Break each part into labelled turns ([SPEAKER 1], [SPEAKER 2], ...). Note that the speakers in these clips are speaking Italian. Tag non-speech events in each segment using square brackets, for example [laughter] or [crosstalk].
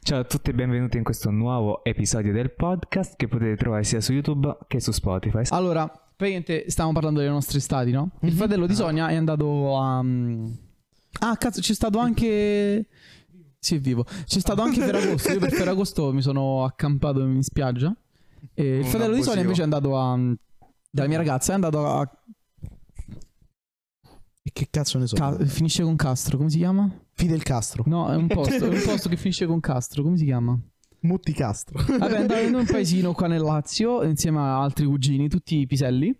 [SPEAKER 1] Ciao a tutti e benvenuti in questo nuovo episodio del podcast che potete trovare sia su YouTube che su Spotify.
[SPEAKER 2] Allora, praticamente stiamo parlando dei nostri stati, no? Il fratello di Sonia è andato a... Ah, cazzo, c'è stato anche... Sì, è vivo. C'è stato anche Ferragosto. Io per Ferragosto mi sono accampato in spiaggia. E il fratello di Sonia
[SPEAKER 3] abusivo.
[SPEAKER 2] invece è andato a... Dalla mia ragazza è andato a...
[SPEAKER 3] E che cazzo ne so?
[SPEAKER 2] Ca- Finisce con Castro, come si chiama?
[SPEAKER 3] Fidel Castro.
[SPEAKER 2] No, è un posto, è un posto che finisce con Castro, come si chiama?
[SPEAKER 3] Mutti Castro.
[SPEAKER 2] Vabbè, è andato
[SPEAKER 4] [laughs]
[SPEAKER 2] in un paesino qua nel Lazio insieme a altri cugini, tutti i piselli.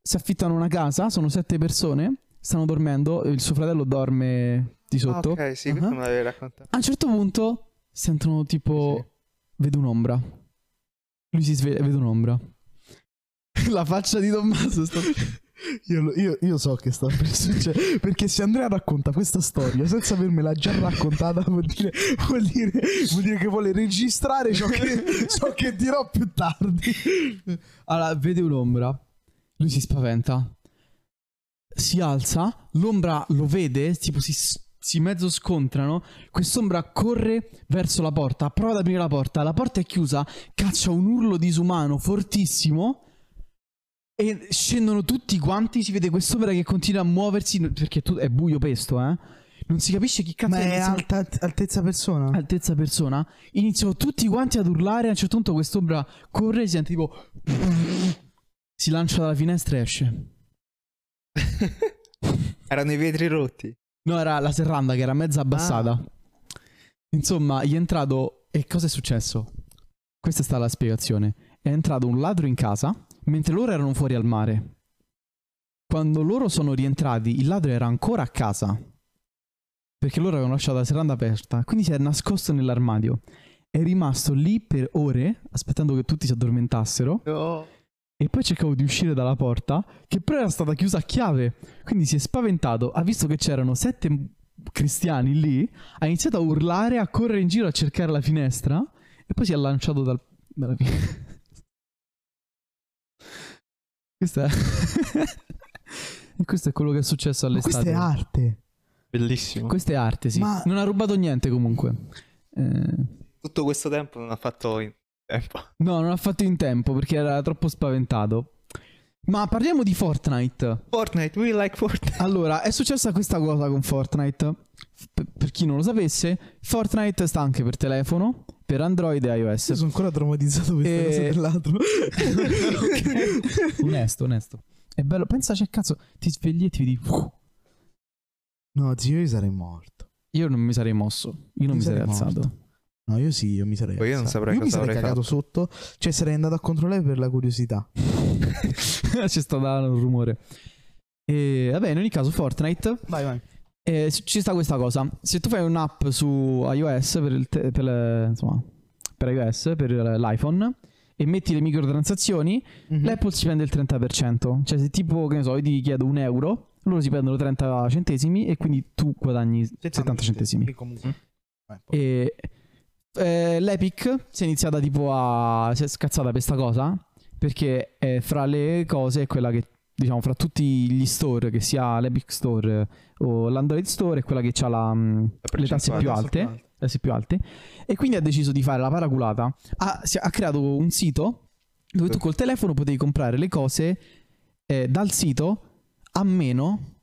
[SPEAKER 2] Si affittano una casa, sono sette persone, stanno dormendo, il suo fratello dorme di sotto.
[SPEAKER 4] Ah, ok, sì, questo
[SPEAKER 2] Ah.
[SPEAKER 4] me l'avevi raccontato.
[SPEAKER 2] A un certo punto sentono tipo vedo un'ombra. Lui si sveglia, vedo un'ombra. [laughs] La faccia di Tommaso sta
[SPEAKER 3] [laughs] Io, lo- io- io so che sta per [laughs] succedere. Perché se Andrea racconta questa storia senza avermela già raccontata, vuol dire, vuol dire- vuol dire che vuole registrare ciò che, ciò che dirò più tardi.
[SPEAKER 2] Allora, vede un'ombra. Lui si spaventa. Si alza, l'ombra lo vede, tipo si, si mezzo scontrano. Quest'ombra corre verso la porta, prova ad aprire la porta. La porta è chiusa, caccia un urlo disumano fortissimo. E scendono tutti quanti. Si vede quest'ombra che continua a muoversi. n- Perché tu- è buio pesto, eh. Non si capisce chi cazzo che sia-
[SPEAKER 3] altezza persona?
[SPEAKER 2] altezza persona, iniziano tutti quanti ad urlare. A un certo punto quest'ombra corre, si sente tipo. Si lancia dalla finestra e esce.
[SPEAKER 4] Erano i vetri rotti.
[SPEAKER 2] No, era la serranda che era mezza abbassata. Insomma, gli è entrato. E cosa è successo? Questa è stata la spiegazione. È entrato un ladro in casa mentre loro erano fuori al mare. Quando loro sono rientrati, il ladro era ancora a casa. Perché loro avevano lasciato la serranda aperta. Quindi si è nascosto nell'armadio. È rimasto lì per ore, aspettando che tutti si addormentassero.
[SPEAKER 4] No.
[SPEAKER 2] E poi cercavo di uscire dalla porta, che però era stata chiusa a chiave. Quindi si è spaventato, ha visto che c'erano sette m- cristiani lì, ha iniziato a urlare, a correre in giro a cercare la finestra, e poi si è lanciato dal- dalla [laughs] finestra. Questa è... [laughs] e questo è quello che è successo all'estate.
[SPEAKER 3] Questa è arte.
[SPEAKER 5] Bellissimo.
[SPEAKER 2] Questa è arte, sì.
[SPEAKER 3] Ma-
[SPEAKER 2] Non ha rubato niente comunque. Eh,
[SPEAKER 4] Tutto questo tempo non ha fatto in tempo.
[SPEAKER 2] No, non ha fatto in tempo perché era troppo spaventato. Ma parliamo di Fortnite.
[SPEAKER 4] Fortnite, we like Fortnite.
[SPEAKER 2] Allora, è successa questa cosa con Fortnite. F- per- per chi non lo sapesse, Fortnite sta anche per telefono, per Android e
[SPEAKER 3] Io
[SPEAKER 2] iOS.
[SPEAKER 3] sono ancora traumatizzato per
[SPEAKER 2] E-
[SPEAKER 3] questa cosa dell'altro.
[SPEAKER 2] onesto, onesto. È bello, pensaci a cazzo, ti svegli e ti vedi. "Uff".
[SPEAKER 3] [laughs] No, zio, io sarei morto.
[SPEAKER 2] Io non mi sarei mosso, io non mi,
[SPEAKER 3] Io
[SPEAKER 2] sarei,
[SPEAKER 3] sarei morto.
[SPEAKER 2] alzato.
[SPEAKER 3] No, io sì, io mi sarei.
[SPEAKER 4] Poi io non
[SPEAKER 3] alzato.
[SPEAKER 4] saprei
[SPEAKER 3] Io mi
[SPEAKER 4] cosa
[SPEAKER 3] sarei
[SPEAKER 4] avrei
[SPEAKER 3] cagato sotto, cioè sarei andato a controllare per la
[SPEAKER 2] [laughs]
[SPEAKER 3] curiosità.
[SPEAKER 2] C'è stato un rumore. E vabbè, in ogni caso, Fortnite
[SPEAKER 3] Vai, vai.
[SPEAKER 2] Eh, s- ci sta questa cosa. Se tu fai un'app su iOS per, il te- per, eh, insomma, per iOS, per eh, l'iPhone e metti le microtransazioni,
[SPEAKER 3] Mm-hmm.
[SPEAKER 2] l'Apple si prende il 30%. Cioè, se tipo, che ne so, io ti chiedo un euro, loro si prendono 30 centesimi e quindi tu guadagni 70 centesimi.
[SPEAKER 3] Comunque. Vai, poi.
[SPEAKER 2] E eh, l'Epic si è iniziata tipo a. si è scazzata per questa cosa. Perché eh, fra le cose è quella che. Diciamo, fra tutti gli store, che sia l'Epic Store eh, o l'Android Store, è quella che ha la, mm, le tasse più alte. le tasse eh, più alte. E quindi ha deciso di fare la paraculata. Ha, si- ha creato un sito dove tu col telefono potevi comprare le cose eh, dal sito a meno.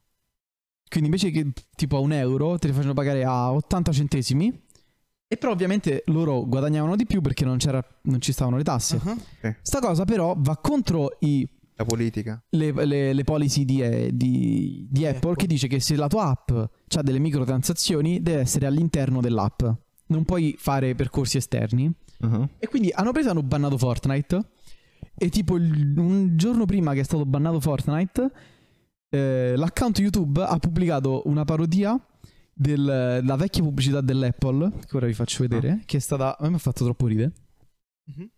[SPEAKER 2] Quindi invece che tipo a un euro te le facevano pagare a 80 centesimi. E però ovviamente loro guadagnavano di più perché non, c'era, non ci stavano le tasse.
[SPEAKER 3] Ah. Uh-huh.
[SPEAKER 2] Sta cosa però va contro i
[SPEAKER 4] La politica.
[SPEAKER 2] le, le- le policy di, eh, di- di Apple, che dice che se la tua app ha delle microtransazioni deve essere all'interno dell'app, non puoi fare percorsi esterni. E quindi hanno preso e hanno bannato Fortnite. E tipo il- un giorno prima che è stato bannato Fortnite, eh, l'account YouTube ha pubblicato una parodia del- della vecchia pubblicità dell'Apple, che ora vi faccio
[SPEAKER 3] Ah.
[SPEAKER 2] vedere, che è stata... A me mi ha fatto troppo ridere.
[SPEAKER 3] Mhm.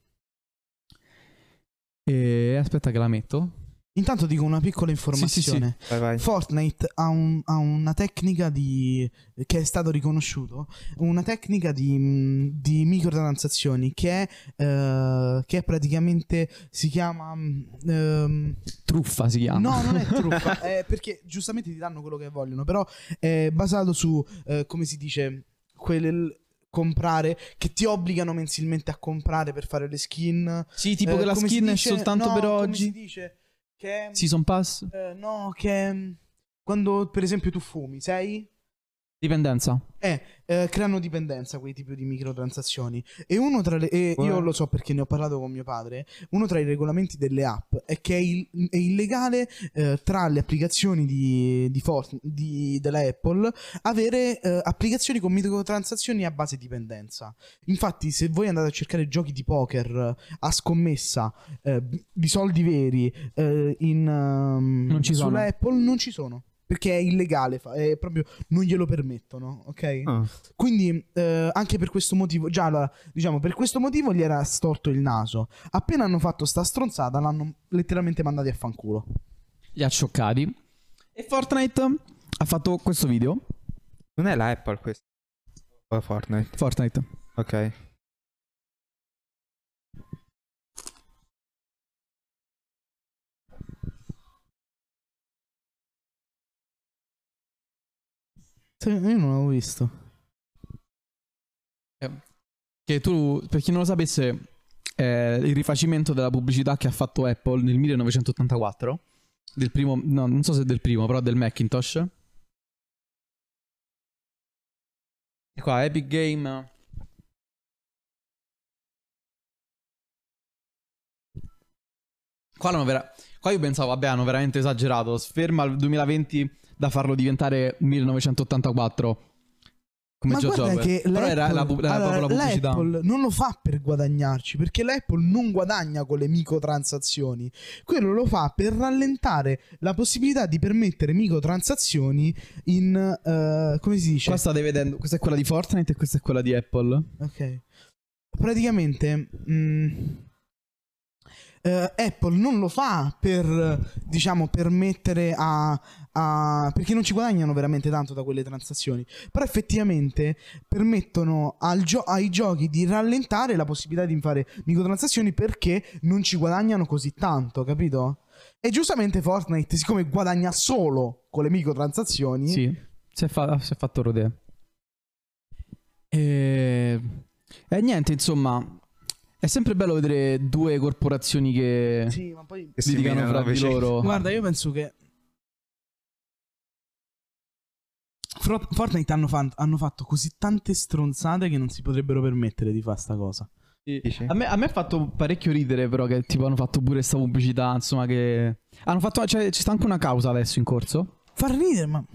[SPEAKER 2] E aspetta che la metto.
[SPEAKER 3] Intanto dico una piccola informazione.
[SPEAKER 2] Sì, sì, sì.
[SPEAKER 4] Vai, vai.
[SPEAKER 3] Fortnite ha, un- ha una tecnica di. che è stato riconosciuto. Una tecnica di, mh, di microtransazioni che è. eh, che è praticamente. si chiama. mh, ehm,
[SPEAKER 2] Truffa si chiama.
[SPEAKER 3] No,
[SPEAKER 2] [laughs]
[SPEAKER 3] non è truffa. eh, perché giustamente ti danno quello che vogliono. Però è basato su. eh, come si dice. quel- comprare, che ti obbligano mensilmente a comprare per fare le skin.
[SPEAKER 2] Sì, tipo
[SPEAKER 3] Eh,
[SPEAKER 2] che la
[SPEAKER 3] come si
[SPEAKER 2] skin è
[SPEAKER 3] dice-
[SPEAKER 2] soltanto
[SPEAKER 3] no,
[SPEAKER 2] per
[SPEAKER 3] come
[SPEAKER 2] oggi.
[SPEAKER 3] si dice? Che-
[SPEAKER 2] Season pass?
[SPEAKER 3] eh, no, che mm, quando per esempio tu fumi, sei?
[SPEAKER 2] Dipendenza.
[SPEAKER 3] Eh, creano dipendenza quei tipi di microtransazioni. E uno tra le. e io
[SPEAKER 4] Eh.
[SPEAKER 3] lo so perché ne ho parlato con mio padre. Uno tra i regolamenti delle app è che è, il- è illegale eh, tra le applicazioni di, di Fort- di- della Apple avere eh, applicazioni con microtransazioni a base dipendenza. Infatti, se voi andate a cercare giochi di poker eh, a scommessa eh, di soldi veri eh, in, ehm,
[SPEAKER 2] Non ci
[SPEAKER 3] sulla
[SPEAKER 2] sono.
[SPEAKER 3] Apple, non ci sono. Perché è illegale, fa- è proprio non glielo permettono, ok?
[SPEAKER 2] Ah.
[SPEAKER 3] Quindi eh, anche per questo motivo, già allora, diciamo, per questo motivo gli era storto il naso. Appena hanno fatto sta stronzata, l'hanno letteralmente mandati a fanculo.
[SPEAKER 2] Li ha scioccati. E Fortnite ha fatto questo video.
[SPEAKER 4] Non è la Apple questo. O è Fortnite.
[SPEAKER 2] Fortnite.
[SPEAKER 4] Ok.
[SPEAKER 3] io non l'avevo visto.
[SPEAKER 2] Che tu, per chi non lo sapesse, è Eh, il rifacimento della pubblicità che ha fatto Apple nel 1984. Del primo, no, non so se del primo, però del Macintosh. E qua Epic Game. Qua, l'hanno vera- qua io pensavo, vabbè, hanno veramente esagerato. Sferma il 2020 da farlo diventare 1984. Come
[SPEAKER 3] Ma
[SPEAKER 2] Joe
[SPEAKER 3] guarda
[SPEAKER 2] Jobber.
[SPEAKER 3] che
[SPEAKER 2] eh, Però era, la, pu-
[SPEAKER 3] l'Apple-
[SPEAKER 2] era proprio
[SPEAKER 3] allora,
[SPEAKER 2] la pubblicità.
[SPEAKER 3] l'Apple non lo fa per guadagnarci, perché l'Apple non guadagna con le microtransazioni. Quello lo fa per rallentare la possibilità di permettere microtransazioni in... eh, come si dice?
[SPEAKER 2] Qua state vedendo, questa è quella di Fortnite e questa è quella di Apple.
[SPEAKER 3] Ok. Praticamente mh, eh, Apple non lo fa per diciamo permettere a, a- perché non ci guadagnano veramente tanto da quelle transazioni, però effettivamente permettono al gio- ai giochi di rallentare la possibilità di fare microtransazioni perché non ci guadagnano così tanto, capito? E giustamente Fortnite, siccome guadagna solo con le microtransazioni,
[SPEAKER 2] Sì, si è, fa- ah, si è fatto rodè. E... e niente, insomma, è sempre bello vedere due corporazioni che
[SPEAKER 3] Sì, ma poi
[SPEAKER 4] Che si
[SPEAKER 2] litigano
[SPEAKER 4] menano
[SPEAKER 2] fra di
[SPEAKER 4] vicini.
[SPEAKER 2] loro.
[SPEAKER 3] Guarda, io penso che. Fro- Fortnite hanno, fan- hanno fatto così tante stronzate che non si potrebbero permettere di fare sta cosa.
[SPEAKER 4] Dici?
[SPEAKER 2] A me, a me ha fatto parecchio ridere, però, che tipo hanno fatto pure sta pubblicità. Insomma, che hanno fatto. Cioè, ci sta anche una causa adesso in corso.
[SPEAKER 3] Fa ridere, ma.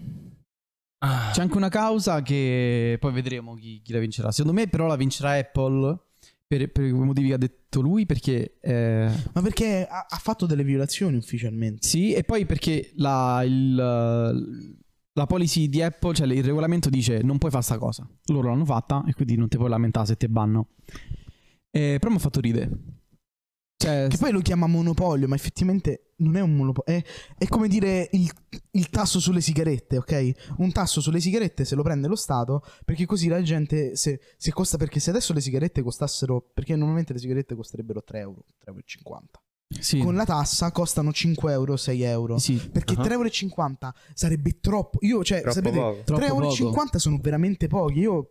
[SPEAKER 2] C'è anche una causa che poi vedremo chi, chi la vincerà. Secondo me, però, la vincerà Apple. Per, per i motivi che ha detto lui, perché eh,
[SPEAKER 3] Ma perché ha, ha fatto delle violazioni ufficialmente?
[SPEAKER 2] Sì, e poi perché la, il, eh, la policy di Apple, cioè il regolamento dice non puoi fare sta cosa. Loro l'hanno fatta e quindi non ti puoi lamentare se ti banno. Eh, però mi ha fatto ridere. Cioè,
[SPEAKER 3] Che poi lo chiama monopolio, ma effettivamente non è un monopolio. È, è come dire il, il tasso sulle sigarette, ok? Un tasso sulle sigarette se lo prende lo Stato, perché così la gente. Se, se costa, perché se adesso le sigarette costassero. Perché normalmente le sigarette costerebbero 3 euro, 3,50 euro.
[SPEAKER 2] sì,
[SPEAKER 3] con la tassa costano 5 euro, 6 euro.
[SPEAKER 2] sì,
[SPEAKER 3] Perché
[SPEAKER 4] Ah.
[SPEAKER 3] 3,50 euro sarebbe troppo. Io, cioè,
[SPEAKER 4] Troppo
[SPEAKER 3] sapete,
[SPEAKER 4] poco.
[SPEAKER 3] 3,50
[SPEAKER 2] troppo poco.
[SPEAKER 3] sono veramente pochi. Io,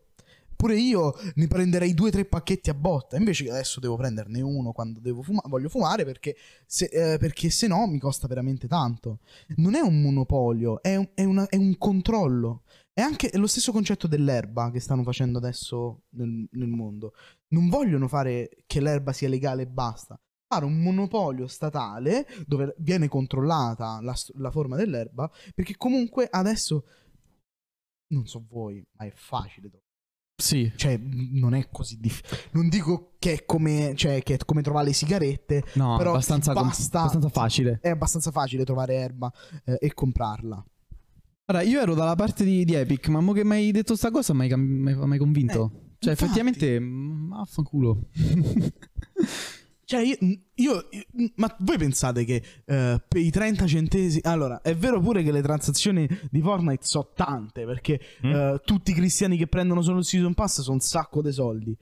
[SPEAKER 3] pure io, ne prenderei 2-3 pacchetti a botta. Invece adesso devo prenderne uno quando devo fuma- voglio fumare perché se, eh, perché se no mi costa veramente tanto. Non è un monopolio, è un, è una- è un controllo. È anche lo stesso concetto dell'erba che stanno facendo adesso nel- nel mondo. Non vogliono fare che l'erba sia legale e basta fare un monopolio statale dove viene controllata la, s- la forma dell'erba, perché comunque adesso non so voi, ma è facile. tro-
[SPEAKER 2] sì.
[SPEAKER 3] Cioè, n- non è così difficile. Non dico che è come, cioè, che è come trovare le sigarette,
[SPEAKER 2] No,
[SPEAKER 3] Però
[SPEAKER 2] abbastanza, com-
[SPEAKER 3] basta-
[SPEAKER 2] abbastanza facile.
[SPEAKER 3] è abbastanza facile trovare erba eh, e comprarla.
[SPEAKER 2] Allora, io ero dalla parte di, di Epic, ma mo che mi hai detto sta cosa mi hai cam- mi hai mi hai convinto. cioè,
[SPEAKER 3] Eh, infatti.
[SPEAKER 2] effettivamente, mm,
[SPEAKER 3] [laughs]
[SPEAKER 2] affanculo.
[SPEAKER 3] Cioè, io, io- io- ma voi pensate che eh, per i 30 centesimi. Allora, è vero pure che le transazioni di Fortnite sono tante, perché
[SPEAKER 4] Mm.
[SPEAKER 3] eh, tutti i cristiani che prendono solo il season pass sono un sacco di soldi.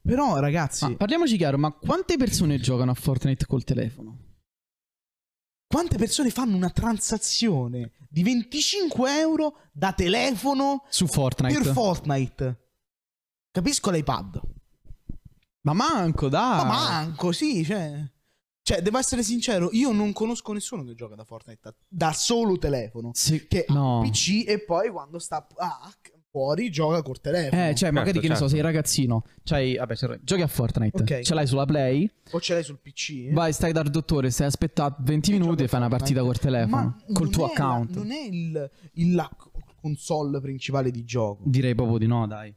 [SPEAKER 3] Però, ragazzi,
[SPEAKER 2] Ma parliamoci chiaro, ma quante persone giocano a Fortnite col telefono?
[SPEAKER 3] quante persone fanno una transazione di 25 euro da telefono
[SPEAKER 2] Su Fortnite.
[SPEAKER 3] per Fortnite? Capisco l'iPad.
[SPEAKER 2] Ma manco, dai.
[SPEAKER 3] Ma manco, sì, cioè... Cioè, devo essere sincero, io non conosco nessuno che gioca da Fortnite da- da solo telefono.
[SPEAKER 2] Sì,
[SPEAKER 3] Che
[SPEAKER 2] no.
[SPEAKER 3] PC e poi quando sta ah, fuori gioca col telefono.
[SPEAKER 2] Eh, cioè, magari che ne so,
[SPEAKER 4] certo.
[SPEAKER 2] sei ragazzino, c'hai, vabbè, c'hai- giochi a Fortnite,
[SPEAKER 3] Ok.
[SPEAKER 2] ce l'hai sulla Play,
[SPEAKER 3] O ce l'hai sul PC.
[SPEAKER 2] vai, stai dal dottore, stai aspettato 20 minuti e fai una partita col telefono, col
[SPEAKER 3] non
[SPEAKER 2] tuo
[SPEAKER 3] è la-
[SPEAKER 2] account.
[SPEAKER 3] non è il, il- la console principale di gioco.
[SPEAKER 2] Direi proprio di no, dai.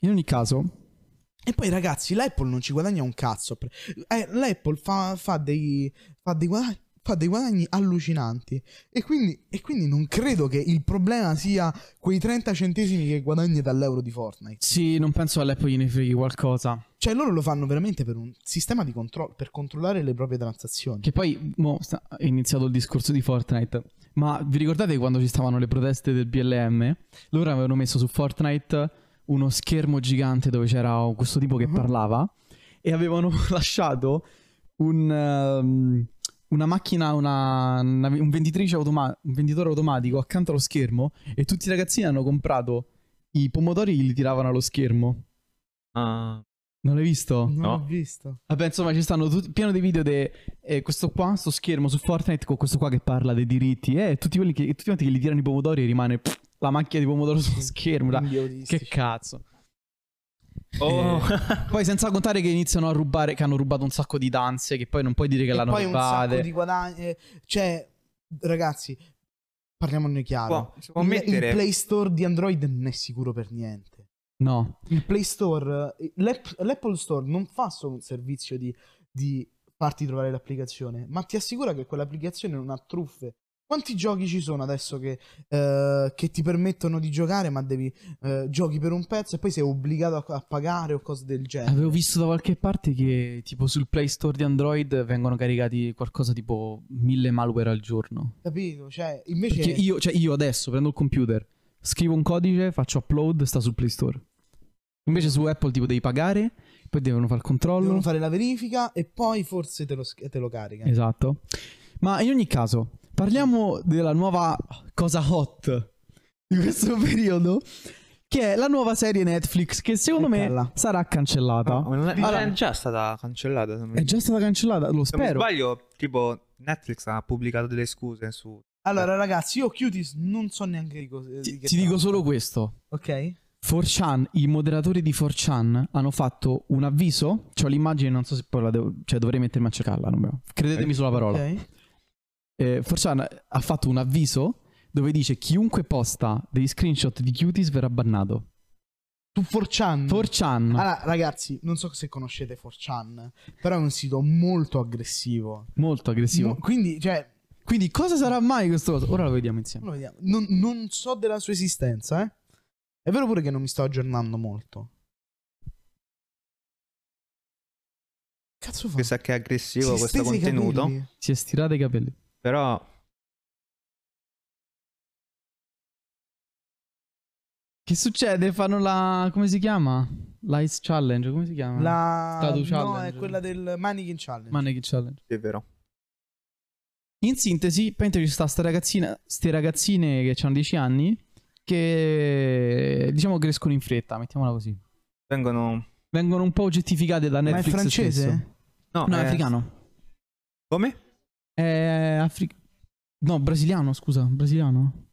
[SPEAKER 2] In ogni caso,
[SPEAKER 3] E poi ragazzi, l'Apple non ci guadagna un cazzo. Eh, L'Apple fa, fa dei, fa, dei guadagni, fa dei guadagni allucinanti. E quindi, e quindi non credo che il problema sia quei 30 centesimi che guadagni dall'euro di Fortnite.
[SPEAKER 2] sì, non penso all'Apple gliene freghi qualcosa.
[SPEAKER 3] Cioè loro lo fanno veramente per un sistema di controllo, per controllare le proprie transazioni.
[SPEAKER 2] Che poi, mo, sta- è iniziato il discorso di Fortnite. Ma vi ricordate quando ci stavano le proteste del BLM? Loro avevano messo su Fortnite uno schermo gigante dove c'era questo tipo che
[SPEAKER 3] Mhm.
[SPEAKER 2] parlava e avevano [laughs] lasciato un, ehm, una macchina, una, una- un, venditrice automa- un venditore automatico accanto allo schermo e tutti i ragazzini hanno comprato i pomodori e li tiravano allo schermo.
[SPEAKER 4] Ah,
[SPEAKER 2] Non l'hai visto?
[SPEAKER 3] non
[SPEAKER 4] no.
[SPEAKER 3] ho visto.
[SPEAKER 2] Vabbè, insomma, ci stanno tutti, pieno di video di questo qua, sto schermo su Fortnite con questo qua che parla dei diritti. E tutti quelli che, tutti quanti che gli tirano i pomodori e rimane pff, la macchia di pomodoro sullo schermo. dai.
[SPEAKER 3] Quindi
[SPEAKER 2] Che
[SPEAKER 3] autistici.
[SPEAKER 2] cazzo.
[SPEAKER 4] Oh.
[SPEAKER 2] [laughs] Poi senza contare che iniziano a rubare, che hanno rubato un sacco di danze, che poi non puoi dire che
[SPEAKER 3] E
[SPEAKER 2] l'hanno
[SPEAKER 3] poi un
[SPEAKER 2] rubate.
[SPEAKER 3] sacco di guadagni. eh, Cioè, ragazzi, parliamone chiaro.
[SPEAKER 4] Può- si può
[SPEAKER 3] il,
[SPEAKER 4] mettere-
[SPEAKER 3] il Play Store di Android non è sicuro per niente.
[SPEAKER 2] No,
[SPEAKER 3] Il Play Store, eh, l'App- l'Apple Store non fa solo un servizio di, di farti trovare l'applicazione, ma ti assicura che quell'applicazione non ha truffe. Quanti giochi ci sono adesso che, eh, che ti permettono di giocare, ma devi eh, giochi per un pezzo e poi sei obbligato a, a pagare o cose del genere?
[SPEAKER 2] avevo visto da qualche parte che tipo sul Play Store di Android vengono caricati qualcosa tipo mille malware al giorno.
[SPEAKER 3] Capito? Cioè, invece
[SPEAKER 2] Eh, Perché io, cioè io adesso prendo il computer, scrivo un codice, faccio upload, sta sul Play Store. Invece su Apple tipo devi pagare, poi devono fare il controllo.
[SPEAKER 3] devono fare la verifica e poi forse te lo, sch- te lo carica.
[SPEAKER 2] Esatto. Ma in ogni caso, parliamo della nuova cosa hot di questo [laughs] periodo, che è la nuova serie Netflix che secondo me
[SPEAKER 3] Eccola.
[SPEAKER 2] sarà cancellata.
[SPEAKER 4] No, non è,
[SPEAKER 2] Allora-
[SPEAKER 4] è già stata cancellata. Se non,
[SPEAKER 2] È già stata cancellata, lo
[SPEAKER 4] se non mi
[SPEAKER 2] spero.
[SPEAKER 4] sbaglio, tipo Netflix ha pubblicato delle scuse su...
[SPEAKER 3] Allora, ragazzi, io Cuties non so neanche di cosa.
[SPEAKER 2] Ti, ti dico solo questo.
[SPEAKER 3] Ok?
[SPEAKER 2] 4chan, i moderatori di 4chan hanno fatto un avviso. C'ho l'immagine, non so se poi la devo. Cioè, dovrei mettermi a cercarla. non me- Credetemi sulla parola.
[SPEAKER 3] Ok.
[SPEAKER 2] Eh, 4chan ha fatto un avviso dove dice: Chiunque posta dei screenshot di cuties verrà bannato.
[SPEAKER 3] Tu 4chan.
[SPEAKER 2] 4chan.
[SPEAKER 3] Allora, ragazzi, non so se conoscete 4chan, però è un sito molto aggressivo.
[SPEAKER 2] Molto aggressivo.
[SPEAKER 3] Mo- quindi, cioè,
[SPEAKER 2] Quindi, cosa sarà mai questo coso? Ora lo vediamo insieme.
[SPEAKER 3] lo vediamo. Non, non so della sua esistenza, eh. È vero pure che non mi sto aggiornando molto. Cazzo fa?
[SPEAKER 4] Che sa che è aggressivo
[SPEAKER 3] Si
[SPEAKER 4] questo
[SPEAKER 3] stese i
[SPEAKER 4] contenuto.
[SPEAKER 3] capelli.
[SPEAKER 2] Si è stirato i capelli.
[SPEAKER 4] Però
[SPEAKER 2] Che succede? Fanno la. Come si chiama? L'ice challenge. Come si chiama?
[SPEAKER 3] La...
[SPEAKER 2] Status
[SPEAKER 3] No, è
[SPEAKER 2] Ah. challenge.
[SPEAKER 3] quella del Mannequin Challenge.
[SPEAKER 2] Mannequin challenge.
[SPEAKER 4] è vero.
[SPEAKER 2] In sintesi, praticamente ci sta sta ragazzina, ste ragazzine che hanno 10 anni che diciamo crescono in fretta, mettiamola così.
[SPEAKER 4] Vengono...
[SPEAKER 2] Vengono un po' oggettificate da
[SPEAKER 3] Ma è
[SPEAKER 2] Netflix
[SPEAKER 3] francese?
[SPEAKER 2] stesso.
[SPEAKER 4] No,
[SPEAKER 2] No, è
[SPEAKER 4] eh,
[SPEAKER 2] africano.
[SPEAKER 4] Come?
[SPEAKER 2] È afri- No, brasiliano, scusa, brasiliano.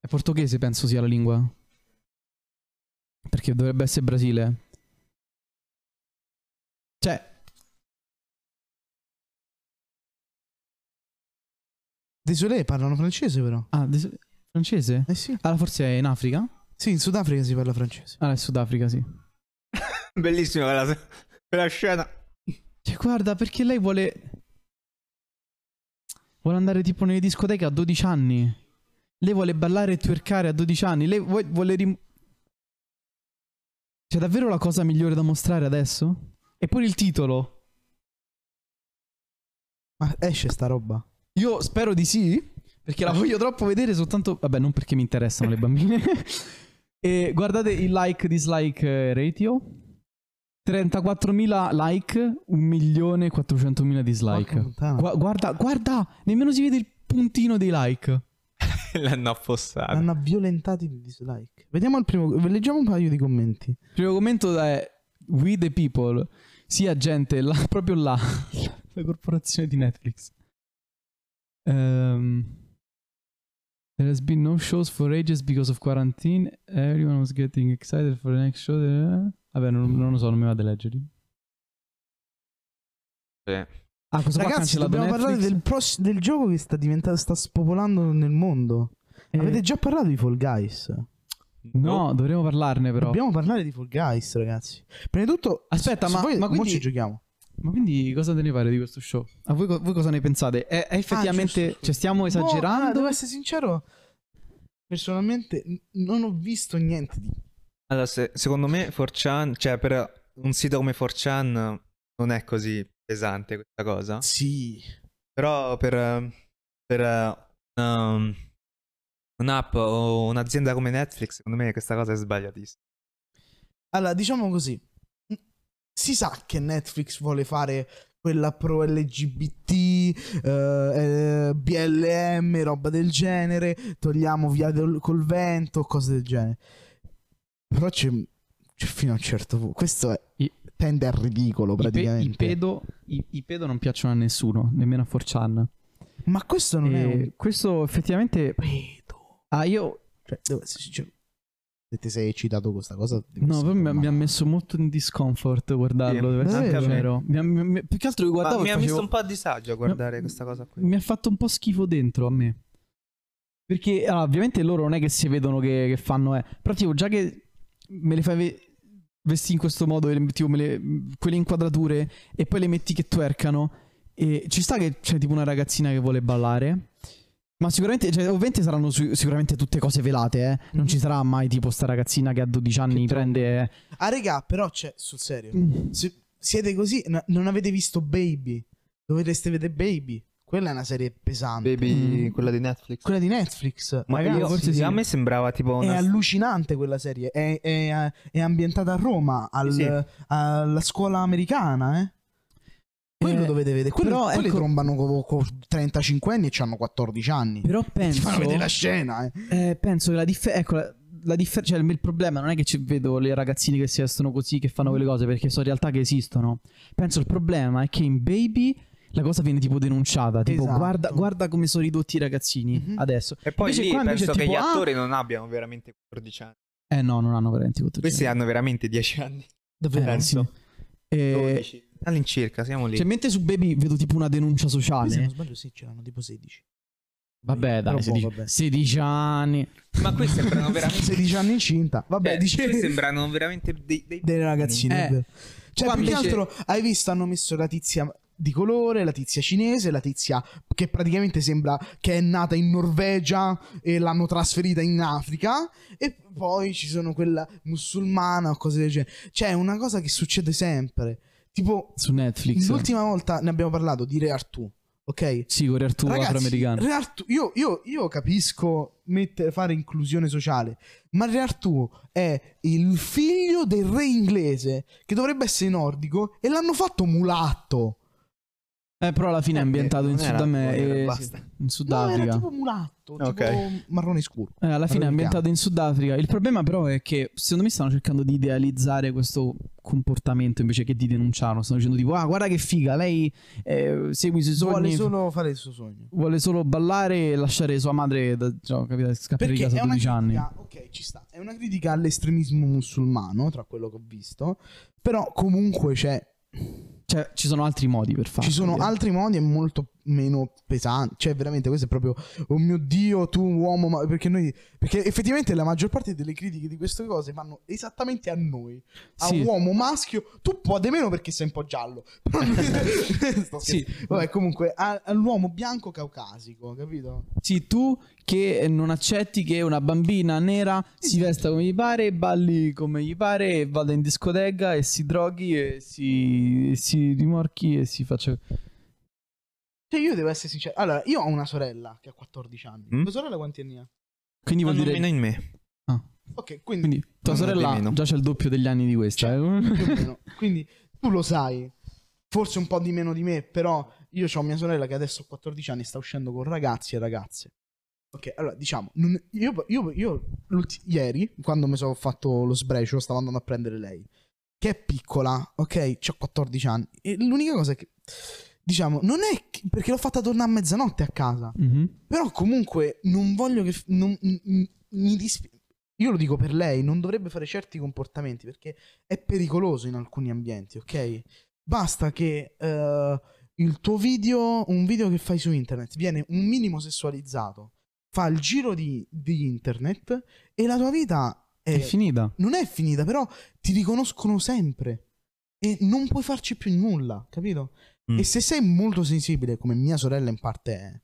[SPEAKER 2] È portoghese, penso sia la lingua. Perché dovrebbe essere Brasile. Cioè,
[SPEAKER 3] Desolé, parlano francese però.
[SPEAKER 2] ah, des- francese?
[SPEAKER 3] Eh sì.
[SPEAKER 2] Allora forse è in Africa?
[SPEAKER 3] Sì, in Sudafrica si parla francese.
[SPEAKER 2] Ah, è Sudafrica, sì.
[SPEAKER 4] Bellissima quella, quella scena.
[SPEAKER 2] Cioè, guarda, perché lei vuole. Vuole andare tipo nelle discoteche a 12 anni. Lei vuole ballare e twerkare a 12 anni. Lei vuo- vuole. Rim... C'è davvero la cosa migliore da mostrare adesso? E poi il titolo.
[SPEAKER 3] Ma esce sta roba.
[SPEAKER 2] Io spero di sì. Perché la voglio troppo vedere soltanto. Vabbè, non perché mi interessano le bambine. [laughs] e guardate il like-dislike eh, ratio: 34.000 like, 1.400.000 dislike.
[SPEAKER 3] Porca puttana.
[SPEAKER 2] Gua- guarda, guarda, nemmeno si vede il puntino dei like.
[SPEAKER 4] [laughs] L'hanno affossato.
[SPEAKER 2] Ah,
[SPEAKER 3] Hanno violentato il dislike. Vediamo il primo. Leggiamo un paio di commenti.
[SPEAKER 2] Il primo commento è We the People, sia gente là, [laughs] proprio là, la corporazione di Netflix. Ehm, there has been no shows for ages because of quarantine. Everyone was getting excited for the next show. Eh, Vabbè, non, non lo so, non mi vado a leggere.
[SPEAKER 4] Sì.
[SPEAKER 2] Ah, cosa
[SPEAKER 3] Ragazzi, dobbiamo parlare del, pros- del gioco che sta diventando. sta spopolando nel mondo.
[SPEAKER 2] Eh.
[SPEAKER 3] Avete già parlato di Fall Guys?
[SPEAKER 2] No, dovremmo parlarne però.
[SPEAKER 3] Dobbiamo parlare di Fall Guys, ragazzi. Prima di tutto.
[SPEAKER 2] Aspetta,
[SPEAKER 3] se
[SPEAKER 2] ma-
[SPEAKER 3] voi-
[SPEAKER 2] ma
[SPEAKER 3] mo
[SPEAKER 2] quindi-
[SPEAKER 3] ci giochiamo.
[SPEAKER 2] Ma quindi cosa te ne pare di questo show? A Ah, voi, co- voi cosa ne pensate? È, è effettivamente.
[SPEAKER 3] Ah, giusto, giusto.
[SPEAKER 2] Cioè, stiamo
[SPEAKER 3] Boh, ah,
[SPEAKER 2] esagerando?
[SPEAKER 3] devo essere sincero. Personalmente, n- non ho visto niente di.
[SPEAKER 4] Allora, se- secondo me 4chan, cioè per un sito come 4chan non è così pesante questa cosa,
[SPEAKER 3] Sì.
[SPEAKER 4] però per, eh, per, eh, um, un'app o un'azienda come Netflix, secondo me questa cosa è sbagliatissima.
[SPEAKER 3] Allora, diciamo così. Si sa che Netflix vuole fare quella pro LGBT, eh, eh, BLM, roba del genere, togliamo via del- col vento, cose del genere. Però c'è, c'è fino a un certo punto. Questo è,
[SPEAKER 2] I-
[SPEAKER 3] tende al ridicolo
[SPEAKER 2] I, pe- i
[SPEAKER 3] praticamente.
[SPEAKER 2] pedo, i, i pedo non piacciono a nessuno, nemmeno a 4chan.
[SPEAKER 3] Ma questo non è
[SPEAKER 2] E
[SPEAKER 3] un
[SPEAKER 2] Questo effettivamente.
[SPEAKER 3] pedo.
[SPEAKER 2] Ah, io.
[SPEAKER 3] Cioè, devo essere sincero. Se ti sei eccitato con questa cosa... devi
[SPEAKER 2] No,
[SPEAKER 3] essere
[SPEAKER 2] poi mi, mi
[SPEAKER 3] calmato.
[SPEAKER 2] ha messo molto in discomfort guardarlo.
[SPEAKER 4] Sì,
[SPEAKER 2] devo essere
[SPEAKER 4] anche a me.
[SPEAKER 2] sincero. Mi ha- mi- mi- più che altro lo guardavo
[SPEAKER 4] Ma
[SPEAKER 2] e
[SPEAKER 4] mi ha
[SPEAKER 2] facevo-
[SPEAKER 4] messo un po' a disagio a guardare
[SPEAKER 2] No,
[SPEAKER 4] questa cosa qui.
[SPEAKER 2] Mi ha fatto un po' schifo dentro a me. Perché allora, ovviamente loro non è che si vedono che, che fanno, eh. Però tipo, già che me le fai ve- vestire in questo modo, e le- tipo, me le- quelle inquadrature e poi le metti che twercano. E ci sta che c'è tipo una ragazzina che vuole ballare. Ma sicuramente, cioè, ovviamente saranno su- sicuramente tutte cose velate, eh. Non
[SPEAKER 3] Mhm.
[SPEAKER 2] ci sarà mai tipo sta ragazzina che a 12 anni prende...
[SPEAKER 3] Ah, regà, però c'è... Sul serio.
[SPEAKER 2] Mm.
[SPEAKER 3] Se siete così, n- non avete visto Baby. Dovreste vedere Baby. Quella è una serie pesante.
[SPEAKER 4] Baby,
[SPEAKER 2] Mm.
[SPEAKER 4] quella di Netflix.
[SPEAKER 3] Quella di Netflix.
[SPEAKER 4] Ma
[SPEAKER 3] ragazzi,
[SPEAKER 4] io,
[SPEAKER 2] forse sì.
[SPEAKER 4] a me sembrava tipo
[SPEAKER 3] È
[SPEAKER 4] una...
[SPEAKER 3] allucinante quella serie. È, è- è ambientata a Roma, al-
[SPEAKER 4] Sì, sì.
[SPEAKER 3] alla scuola americana, eh. Quello
[SPEAKER 2] Eh,
[SPEAKER 3] dovete vedere. Quello,
[SPEAKER 2] però,
[SPEAKER 3] quelli
[SPEAKER 2] ecco-
[SPEAKER 3] trombano con 35 anni e hanno 14 anni.
[SPEAKER 2] Però penso...
[SPEAKER 3] Ti fanno vedere la scena, eh.
[SPEAKER 2] Eh, penso che la differenza. Ecco, la, la differ- cioè, il il problema non è che ci vedo le ragazzine che si vestono così, che fanno quelle cose, perché sono realtà che esistono. Penso il problema è che in Baby la cosa viene tipo denunciata. Tipo,
[SPEAKER 3] Esatto.
[SPEAKER 2] guarda, guarda come sono ridotti i ragazzini
[SPEAKER 3] Mhm.
[SPEAKER 2] adesso.
[SPEAKER 4] E poi
[SPEAKER 2] Invece
[SPEAKER 4] lì
[SPEAKER 2] qua invece
[SPEAKER 4] penso che
[SPEAKER 2] tipo,
[SPEAKER 4] gli
[SPEAKER 2] ah-
[SPEAKER 4] attori non abbiano veramente 14 anni.
[SPEAKER 2] Eh no, non hanno veramente tutto
[SPEAKER 4] Questi hanno veramente 10 anni.
[SPEAKER 2] davvero. Eh, sì.
[SPEAKER 4] penso.
[SPEAKER 2] Eh,
[SPEAKER 4] 12. All'incirca, siamo lì.
[SPEAKER 2] cioè, mentre su Baby vedo tipo una denuncia
[SPEAKER 3] Se non
[SPEAKER 2] sociale.
[SPEAKER 3] sbaglio, sì, c'erano tipo 16.
[SPEAKER 2] Vabbè,
[SPEAKER 3] Però
[SPEAKER 2] dai,
[SPEAKER 3] boh,
[SPEAKER 2] 16,
[SPEAKER 3] vabbè.
[SPEAKER 2] 16 anni.
[SPEAKER 4] Ma qui
[SPEAKER 2] [laughs]
[SPEAKER 4] sembrano veramente...
[SPEAKER 3] 16 anni incinta. Vabbè,
[SPEAKER 4] Cioè,
[SPEAKER 3] dice...
[SPEAKER 4] questi sembrano veramente dei, dei- [laughs]
[SPEAKER 3] delle ragazzine.
[SPEAKER 2] Eh.
[SPEAKER 3] è vero. Cioè,
[SPEAKER 2] Qua
[SPEAKER 3] più che
[SPEAKER 2] invece-
[SPEAKER 3] altro, hai visto, hanno messo la tizia di colore, la tizia cinese, la tizia che praticamente sembra che è nata in Norvegia e l'hanno trasferita in Africa e poi ci sono quella musulmana o cose del genere. Cioè, è una cosa che succede sempre. Tipo,
[SPEAKER 2] Su Netflix.
[SPEAKER 3] l'ultima volta ne abbiamo parlato di Re Artù, ok?
[SPEAKER 2] Sì, con Arturo afroamericano.
[SPEAKER 3] Re Artù- io, io- io capisco mette- fare inclusione sociale, ma Re Artù è il figlio del re inglese che dovrebbe essere nordico e l'hanno fatto mulatto.
[SPEAKER 2] Eh, però alla fine è
[SPEAKER 4] Eh,
[SPEAKER 2] ambientato in
[SPEAKER 4] non era
[SPEAKER 2] Sud, Am-
[SPEAKER 4] nero,
[SPEAKER 2] eh,
[SPEAKER 4] basta.
[SPEAKER 2] sì, in Sud
[SPEAKER 3] No,
[SPEAKER 2] Africa.
[SPEAKER 3] era tipo mulatto, tipo
[SPEAKER 4] Ok.
[SPEAKER 3] marrone scuro.
[SPEAKER 2] Eh, alla fine è
[SPEAKER 3] Allora,
[SPEAKER 2] ambientato in Sudafrica. Il problema però è che secondo me stanno cercando di idealizzare questo comportamento invece che di denunciarlo. Stanno dicendo tipo, ah guarda che figa, lei eh, segue i suoi sogni,
[SPEAKER 3] Vuole
[SPEAKER 2] vuole solo...
[SPEAKER 3] solo fare il suo sogno.
[SPEAKER 2] ballare e lasciare sua madre, da, cioè, capito, scappare di
[SPEAKER 3] Perché
[SPEAKER 2] casa
[SPEAKER 3] è
[SPEAKER 2] a
[SPEAKER 3] una
[SPEAKER 2] 12 anni.
[SPEAKER 3] critica, ok, ci sta. È una critica all'estremismo musulmano, tra quello che ho visto, però comunque c'è
[SPEAKER 2] Cioè, ci sono altri modi per farlo.
[SPEAKER 3] Ci sono
[SPEAKER 2] capito?
[SPEAKER 3] altri modi e molto meno pesanti. Cioè, veramente, questo è proprio. Oh mio dio, tu uomo. ma-" Perché noi. Perché effettivamente la maggior parte delle critiche di queste cose vanno esattamente a noi. A
[SPEAKER 2] Sì.
[SPEAKER 3] un uomo maschio. Tu può di meno perché sei un po' giallo. [laughs] Però- Sto
[SPEAKER 2] Sì.
[SPEAKER 3] scherzando. Vabbè, comunque, a- all'uomo bianco caucasico, capito?
[SPEAKER 2] Sì, tu che non accetti che una bambina nera si vesta come gli pare, balli come gli pare, e vada in discoteca e si droghi e si, e si rimorchi e si faccia...
[SPEAKER 3] Cioè, io devo essere sincero. Allora, io ho una sorella che ha 14 anni.
[SPEAKER 4] Mm.
[SPEAKER 3] Tua sorella quanti anni ha?
[SPEAKER 2] Quindi vuol
[SPEAKER 4] Hanno
[SPEAKER 2] dire...
[SPEAKER 4] meno in me.
[SPEAKER 2] Ah,
[SPEAKER 3] Ok, quindi.
[SPEAKER 2] quindi
[SPEAKER 4] Hanno
[SPEAKER 2] tua
[SPEAKER 4] di
[SPEAKER 2] sorella
[SPEAKER 4] meno.
[SPEAKER 2] già c'è il doppio degli anni di
[SPEAKER 4] Cioè.
[SPEAKER 2] questa. eh. [laughs]
[SPEAKER 3] più
[SPEAKER 4] [laughs]
[SPEAKER 3] o meno. Quindi tu lo sai, forse un po' di meno di me, però io ho mia sorella che adesso ha 14 anni e sta uscendo con ragazzi e ragazze. Ok, allora diciamo, non- io, io- io l'ulti- ieri, quando mi sono fatto lo sbrecio, stavo andando a prendere lei, che è piccola, ok, ho 14 anni, e l'unica cosa che, diciamo, non è che- perché l'ho fatta tornare a mezzanotte a casa,
[SPEAKER 2] Mhm.
[SPEAKER 3] però comunque non voglio che... f- non- m- m- mi dispi- io lo dico per lei, non dovrebbe fare certi comportamenti perché è pericoloso in alcuni ambienti, ok? Basta che eh, il tuo video, un video che fai su internet, viene un minimo sessualizzato, fa il giro di, di internet e la tua vita è-
[SPEAKER 4] Eh.
[SPEAKER 2] È finita.
[SPEAKER 3] non è finita, però ti riconoscono sempre e non puoi farci più nulla, capito?
[SPEAKER 4] Mm.
[SPEAKER 3] E se sei molto sensibile, come mia sorella in parte è,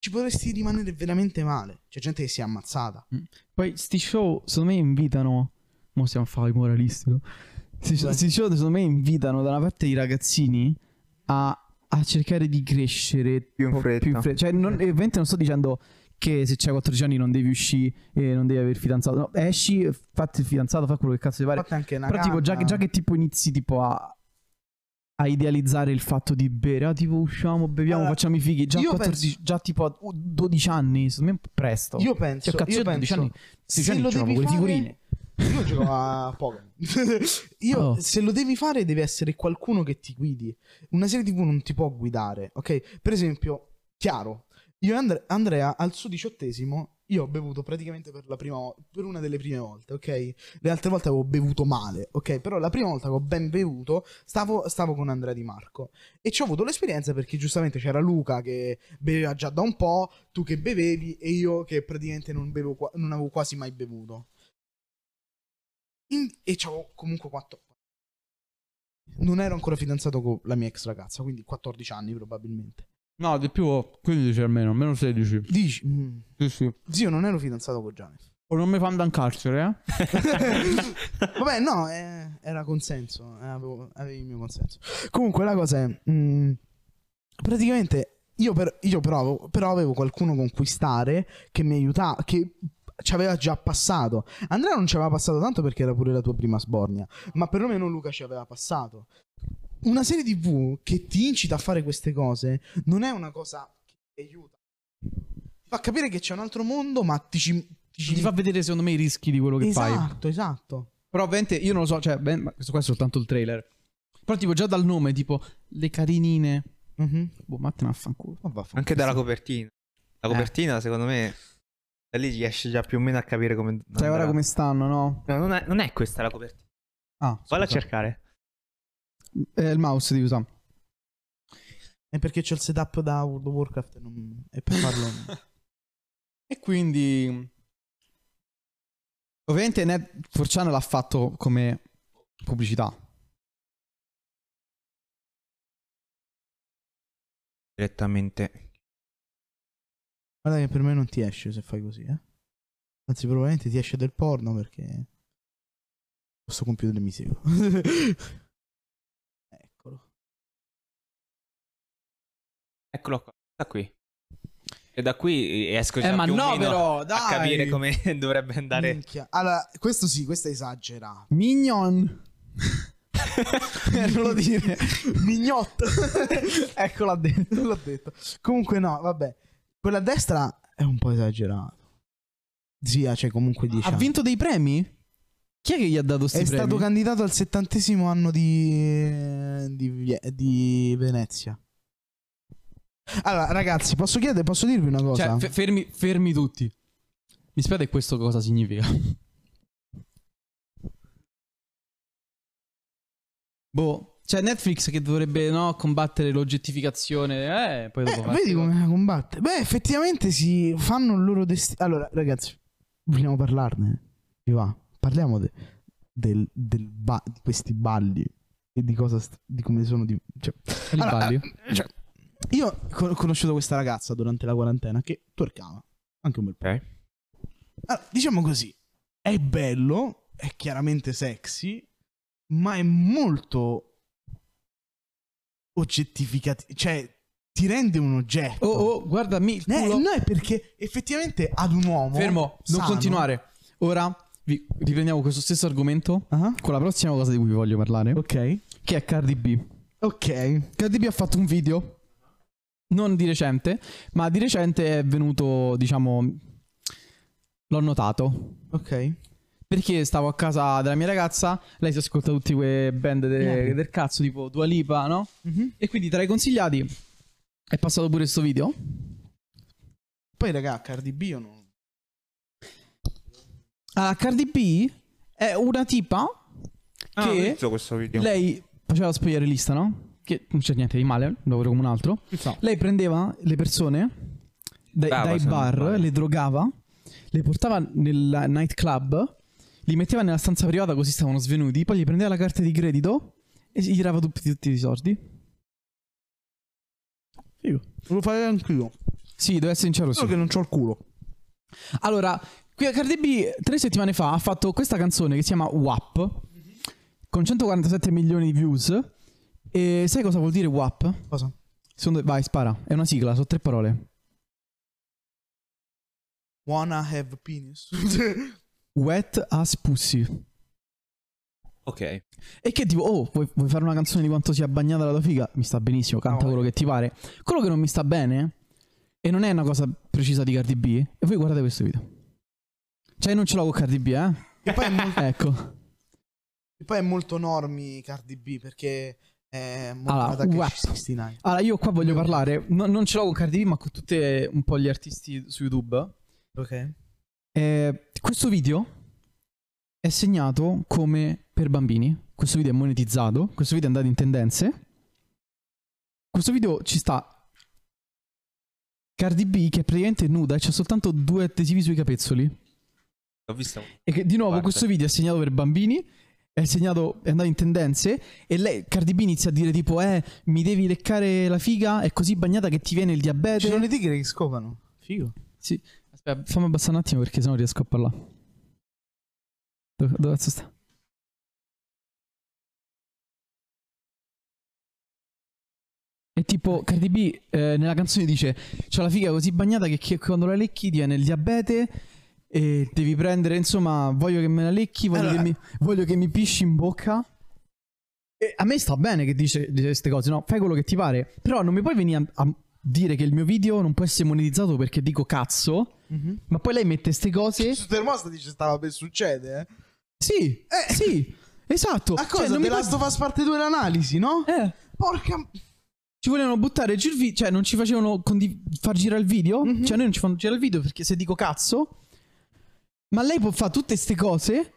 [SPEAKER 3] ci potresti rimanere veramente male. C'è gente che si è ammazzata.
[SPEAKER 2] Poi sti show, secondo me, invitano. Mo stiamo a fare il moralistico. Sti,
[SPEAKER 3] Vai.
[SPEAKER 2] sti show, secondo me, invitano da una parte i ragazzini a, a cercare di crescere
[SPEAKER 4] Più in
[SPEAKER 2] po-
[SPEAKER 4] fretta.
[SPEAKER 2] fre- Cioè, non, e ovviamente non sto dicendo che se c'hai 14 anni non devi uscire e non devi aver fidanzato. No, esci, fatti il fidanzato, fa quello che cazzo ti pare.
[SPEAKER 3] Fate anche una
[SPEAKER 2] Però, tipo, già, che- già che tipo inizi tipo a. A idealizzare il fatto di bere, ah, tipo usciamo, beviamo,
[SPEAKER 3] Allora,
[SPEAKER 2] facciamo i fighi. Già, a
[SPEAKER 3] io
[SPEAKER 2] 14, già tipo a 12 anni, secondo me è presto.
[SPEAKER 3] io penso,
[SPEAKER 2] Cioè, cazzo, io
[SPEAKER 3] io
[SPEAKER 2] a 12
[SPEAKER 3] penso,
[SPEAKER 2] anni,
[SPEAKER 3] se
[SPEAKER 2] 16 anni
[SPEAKER 3] lo
[SPEAKER 2] giocavo
[SPEAKER 3] devi
[SPEAKER 2] con le
[SPEAKER 3] fare-
[SPEAKER 2] figurine.
[SPEAKER 3] Io gioco a Pokémon. [laughs] Io,
[SPEAKER 2] Oh.
[SPEAKER 3] se lo devi fare, deve essere qualcuno che ti guidi. Una serie TV non ti può guidare, ok? Per esempio, chiaro, io e Andre- Andrea al suo diciottesimo, io ho bevuto praticamente per la prima vo- per una delle prime volte, ok? Le altre volte avevo bevuto male, ok? Però la prima volta che ho ben bevuto, stavo, stavo con Andrea Di Marco. E ci ho avuto l'esperienza perché giustamente c'era Luca che beveva già da un po', tu che bevevi e io che praticamente non, bevo qua- non avevo quasi mai bevuto. In- e c'avevo comunque 4 non ero ancora fidanzato con la mia ex ragazza quindi 14 anni probabilmente
[SPEAKER 2] No, di più 15 almeno, almeno 16.
[SPEAKER 3] dici mm,
[SPEAKER 2] Sì, sì.
[SPEAKER 3] zio non ero fidanzato con Gianni
[SPEAKER 2] O non mi fanno da in carcere, eh?
[SPEAKER 3] [laughs] vabbè no eh, era consenso eh, avevo- avevi il mio consenso comunque la cosa è mm, praticamente io, per- io però, avevo, però avevo qualcuno con cui stare che mi aiutava che ci aveva già passato Andrea non ci aveva passato tanto perché era pure la tua prima sbornia ma perlomeno Luca ci aveva passato. Una serie TV che ti incita a fare queste cose non è una cosa che ti aiuta. Ti fa capire che c'è un altro mondo, ma ti ci. ti ci-
[SPEAKER 2] Ti fa vedere secondo me i rischi di quello che fai.
[SPEAKER 3] esatto, esatto.
[SPEAKER 2] Però ovviamente io non lo so, cioè, ben- ma questo qua è soltanto il trailer. Però tipo già dal nome, tipo, le carinine.
[SPEAKER 3] Mhm.
[SPEAKER 2] Boh, ma te ne affanculo.
[SPEAKER 3] Ma vaffanculo.
[SPEAKER 4] Anche dalla copertina.
[SPEAKER 2] Eh.
[SPEAKER 4] La copertina, secondo me, da lì riesci già più o meno a capire come.
[SPEAKER 2] Sai ora
[SPEAKER 4] andrà.
[SPEAKER 2] come stanno, no?
[SPEAKER 4] No, non è, non è questa la copertina.
[SPEAKER 2] Ah,
[SPEAKER 4] Valla a
[SPEAKER 2] scusa.
[SPEAKER 4] cercare.
[SPEAKER 2] Eh, il mouse devi usare.
[SPEAKER 3] È perché c'è il setup da World of Warcraft e, non- e per farlo.
[SPEAKER 2] [laughs]
[SPEAKER 4] [laughs]
[SPEAKER 2] E quindi... Ovviamente Ned Forciano l'ha fatto come pubblicità.
[SPEAKER 4] Direttamente.
[SPEAKER 3] Guarda che per me non ti esce se fai così, eh. Anzi, probabilmente ti esce del porno perché. Questo computer mi segue. [laughs] Eccolo.
[SPEAKER 5] Eccolo qua, da qui. E da qui esco già
[SPEAKER 2] Eh, ma
[SPEAKER 5] Cioè, più o
[SPEAKER 2] no,
[SPEAKER 5] meno
[SPEAKER 2] però, dai! Mm.
[SPEAKER 5] a capire come
[SPEAKER 4] [laughs]
[SPEAKER 5] dovrebbe andare.
[SPEAKER 3] Minchia. Allora, questo sì, questo esagera. [laughs]
[SPEAKER 2] Mignon. Eh, non lo dire.
[SPEAKER 3] [laughs] Mignotto.
[SPEAKER 2] ecco l'ha detto.
[SPEAKER 3] non l'ho detto. Comunque no, vabbè. Quella a destra è un po' esagerato. Zia, c'è comunque 10
[SPEAKER 2] Ha
[SPEAKER 3] anni.
[SPEAKER 2] vinto dei premi? Chi è che gli ha dato sti
[SPEAKER 3] È
[SPEAKER 2] premi?
[SPEAKER 3] stato candidato al settantesimo anno di, di, Vie- di Venezia. Allora, ragazzi, posso chiedere, posso dirvi una cosa?
[SPEAKER 2] Cioè, fe- fermi, fermi tutti. Mi spiegate questo cosa significa? [laughs] boh. Cioè, Netflix che dovrebbe, no, combattere l'oggettificazione. Eh, poi dopo
[SPEAKER 3] Eh,
[SPEAKER 2] fa
[SPEAKER 3] vedi
[SPEAKER 2] ste
[SPEAKER 3] come
[SPEAKER 2] cose.
[SPEAKER 3] la combatte? Beh, effettivamente si fanno il loro destino. Allora, ragazzi, vogliamo parlarne? Vi va? Parliamo de- del, del ba- di questi balli e di cosa st- di come sono di- cioè,
[SPEAKER 2] Li
[SPEAKER 3] Allora,
[SPEAKER 2] balli.
[SPEAKER 3] eh, cioè, io con- ho conosciuto questa ragazza durante la quarantena che torcava anche un bel po'.
[SPEAKER 4] Ok.
[SPEAKER 3] Allora, diciamo così, è bello, è chiaramente sexy, ma è molto oggettificativo, cioè ti rende un oggetto.
[SPEAKER 2] Oh, oh, guarda, mi... il
[SPEAKER 3] Eh,
[SPEAKER 2] culo-
[SPEAKER 3] no, è perché effettivamente ad un uomo
[SPEAKER 2] Fermo, non
[SPEAKER 3] sano-
[SPEAKER 2] continuare. Ora vi riprendiamo questo stesso argomento
[SPEAKER 3] Ah,
[SPEAKER 2] con la prossima cosa di cui vi voglio parlare,
[SPEAKER 3] Ok.
[SPEAKER 2] che è Cardi B.
[SPEAKER 3] Ok.
[SPEAKER 2] Cardi B ha fatto un video non di recente, ma di recente è venuto, diciamo, l'ho notato.
[SPEAKER 3] Ok.
[SPEAKER 2] Perché stavo a casa della mia ragazza, lei si ascolta tutti quei band de-
[SPEAKER 3] Yeah.
[SPEAKER 2] del cazzo, tipo Dua Lipa, no?
[SPEAKER 3] Mhm.
[SPEAKER 2] E quindi tra i consigliati è passato pure questo video.
[SPEAKER 3] Poi, raga, Cardi B o no?
[SPEAKER 2] Allora, Ah, Cardi B è una tipa
[SPEAKER 4] Ah, ho
[SPEAKER 2] che
[SPEAKER 4] visto questo video.
[SPEAKER 2] lei faceva la spogliarellista, no? Che non c'è niente di male, un lavoro come un altro. Lei prendeva le persone dai-
[SPEAKER 5] Brava,
[SPEAKER 2] dai
[SPEAKER 5] se non
[SPEAKER 2] bar,
[SPEAKER 5] sbaglio.
[SPEAKER 2] le drogava, le portava nel nightclub, li metteva nella stanza privata così stavano svenuti, poi gli prendeva la carta di credito e gli tirava tutti, tutti i soldi. Figo.
[SPEAKER 3] Lo farei anch'io.
[SPEAKER 2] Sì, devo essere sincero, sì.
[SPEAKER 3] Solo che non c'ho il culo.
[SPEAKER 2] Allora, qui a Cardi B tre settimane fa ha fatto questa canzone che si chiama WAP con 147 milioni di views. E sai cosa vuol dire WAP?
[SPEAKER 3] Cosa?
[SPEAKER 2] Secondo- Vai, spara. È una sigla, sono tre parole.
[SPEAKER 3] Wanna have penis. [laughs]
[SPEAKER 2] Wet as pussy.
[SPEAKER 5] Ok.
[SPEAKER 2] E che tipo, oh, vuoi, vuoi fare una canzone di quanto sia bagnata la tua figa? Mi sta benissimo, canta
[SPEAKER 3] Ah,
[SPEAKER 2] quello che ti pare. Quello che non mi sta bene, e non è una cosa precisa di Cardi B, e voi guardate questo video. Cioè, non ce l'ho con Cardi B, eh?
[SPEAKER 3] e, poi è mol-
[SPEAKER 2] Ecco.
[SPEAKER 3] e poi è molto normi Cardi B perché è molto
[SPEAKER 2] Allora,
[SPEAKER 3] Attack
[SPEAKER 2] wap.
[SPEAKER 3] 69.
[SPEAKER 2] Allora, io qua voglio parlare, no- non ce l'ho con Cardi B, ma con tutti un po' gli artisti su YouTube.
[SPEAKER 3] Ok.
[SPEAKER 2] Eh, questo video è segnato come per bambini. Questo video è monetizzato. Questo video è andato in tendenze. Questo video ci sta Cardi B che è praticamente nuda e c'ha soltanto due adesivi sui capezzoli.
[SPEAKER 5] L'ho visto.
[SPEAKER 2] E che di nuovo
[SPEAKER 5] Guarda.
[SPEAKER 2] questo video è segnato per bambini. È segnato, è andato in tendenze. E lei, Cardi B, inizia a dire: Tipo, eh, mi devi leccare la figa. È così bagnata che ti viene il diabete.
[SPEAKER 3] Ci sono le tigre che scopano. Figo.
[SPEAKER 2] Aspetta, fammi abbassare un attimo perché sennò riesco a parlare. Dove, dove cazzo sta? E tipo, Cardi B eh, nella canzone dice C'ha la figa così bagnata che, chi- quando la lecchi ti viene il diabete E devi prendere, insomma, voglio che me la lecchi, voglio, che,
[SPEAKER 3] Allora-
[SPEAKER 2] mi, voglio che mi pisci in bocca E a me sta bene che dice dice queste cose, no? Fai quello che ti pare Però non mi puoi venire a- a dire che il mio video non può essere monetizzato perché dico cazzo
[SPEAKER 3] Mhm.
[SPEAKER 2] ma poi lei mette ste cose?
[SPEAKER 3] Su Termosta dice stava per succedere. Eh.
[SPEAKER 2] Sì,
[SPEAKER 3] Eh.
[SPEAKER 2] sì, esatto.
[SPEAKER 3] A cosa?
[SPEAKER 2] Cioè, non
[SPEAKER 3] The
[SPEAKER 2] mi puoi-
[SPEAKER 3] Last of Us parte 2 l'analisi, no?
[SPEAKER 2] Eh,
[SPEAKER 3] Porca...
[SPEAKER 2] ci volevano buttare giù il video, cioè non ci facevano condi- far girare il video,
[SPEAKER 3] Mhm.
[SPEAKER 2] cioè noi non ci fanno girare il video perché se dico cazzo, ma lei può fare tutte ste cose,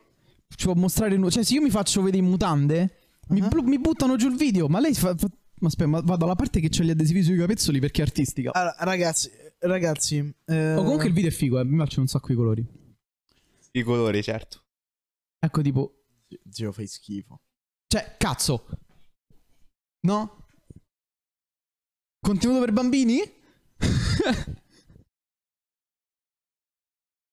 [SPEAKER 2] ci può mostrare, nu- cioè se io mi faccio vedere in mutande, mi,
[SPEAKER 3] Ah.
[SPEAKER 2] blu- mi buttano giù il video, ma lei fa... fa- ma aspetta, ma vado alla parte che c'ho gli adesivi sui capezzoli perché è artistica.
[SPEAKER 3] Allora, ragazzi, ragazzi... eh,
[SPEAKER 2] O comunque il video è figo, eh, mi piacciono un sacco i colori.
[SPEAKER 4] I colori, certo.
[SPEAKER 2] Ecco tipo,
[SPEAKER 3] Zio fai schifo.
[SPEAKER 2] Cioè, cazzo. No? Contenuto per bambini?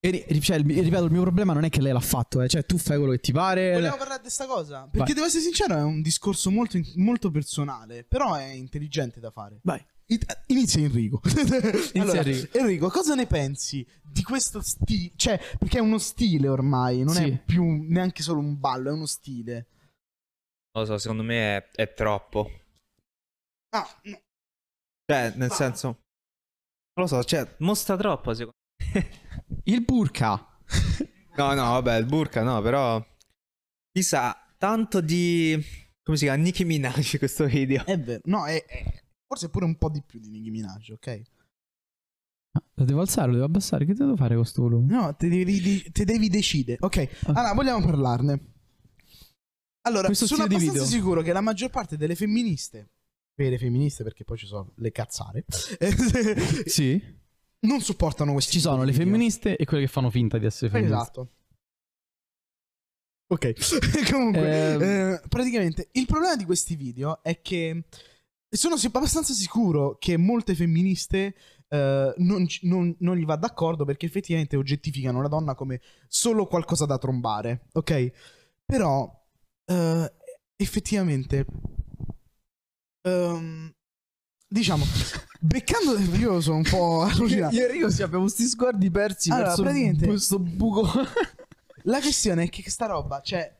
[SPEAKER 2] E ri- ri- cioè, il mi- ripeto, il mio problema non è che lei l'ha fatto, eh. cioè tu fai quello che ti pare.
[SPEAKER 3] Vogliamo parlare di sta cosa? Perché
[SPEAKER 2] Eh, Vai.
[SPEAKER 3] devo essere sincero, è un discorso molto, in- molto personale, però è intelligente da fare.
[SPEAKER 2] Vai.
[SPEAKER 3] It- inizia Enrico. [laughs] Allora,
[SPEAKER 2] Enrico.
[SPEAKER 3] cosa ne pensi di questo stile? Cioè, perché è uno stile ormai, non
[SPEAKER 2] Sì.
[SPEAKER 3] è più neanche solo un ballo, è uno stile.
[SPEAKER 4] Non lo so, secondo me è, è troppo.
[SPEAKER 3] Ah, no.
[SPEAKER 4] Cioè, nel senso... Non lo so, cioè, mostra troppo, secondo
[SPEAKER 2] Il burka.
[SPEAKER 4] No, no, vabbè, il burka no, però... Mi sa tanto di... Come si chiama? Nicki Minaj [laughs] questo video.
[SPEAKER 3] è vero. No, è, è- forse pure un po' di più di Nicki Minaj, ok?
[SPEAKER 2] Lo devo alzare, lo devo abbassare. Che devo fare con sto volume?
[SPEAKER 3] No, te devi, de- te devi decidere. Ok, allora vogliamo parlarne. Allora,
[SPEAKER 2] Ah. Questo
[SPEAKER 3] sono
[SPEAKER 2] stile di
[SPEAKER 3] abbastanza
[SPEAKER 2] video.
[SPEAKER 3] sicuro che la maggior parte delle femministe, vere femministe perché poi ci sono le cazzare,
[SPEAKER 2] Sì.
[SPEAKER 3] [laughs] non sopportano questi
[SPEAKER 2] Ci
[SPEAKER 3] tipi
[SPEAKER 2] sono
[SPEAKER 3] di
[SPEAKER 2] le
[SPEAKER 3] video.
[SPEAKER 2] femministe e quelle che fanno finta di essere femministe.
[SPEAKER 3] Esatto. Ok, [laughs] comunque,
[SPEAKER 2] Ehm.
[SPEAKER 3] eh, praticamente il problema di questi video è che sono si- abbastanza sicuro che molte femministe eh, non, ci- non- non gli va d'accordo perché effettivamente oggettificano la donna come solo qualcosa da trombare, ok? Però, eh, effettivamente, ehm, diciamo, beccando, io sono un po' allucinato.
[SPEAKER 2] Io e Enrico sì, abbiamo questi sguardi persi
[SPEAKER 3] Allora,
[SPEAKER 2] verso
[SPEAKER 3] praticamente-
[SPEAKER 2] questo buco.
[SPEAKER 3] La questione è che sta roba, cioè,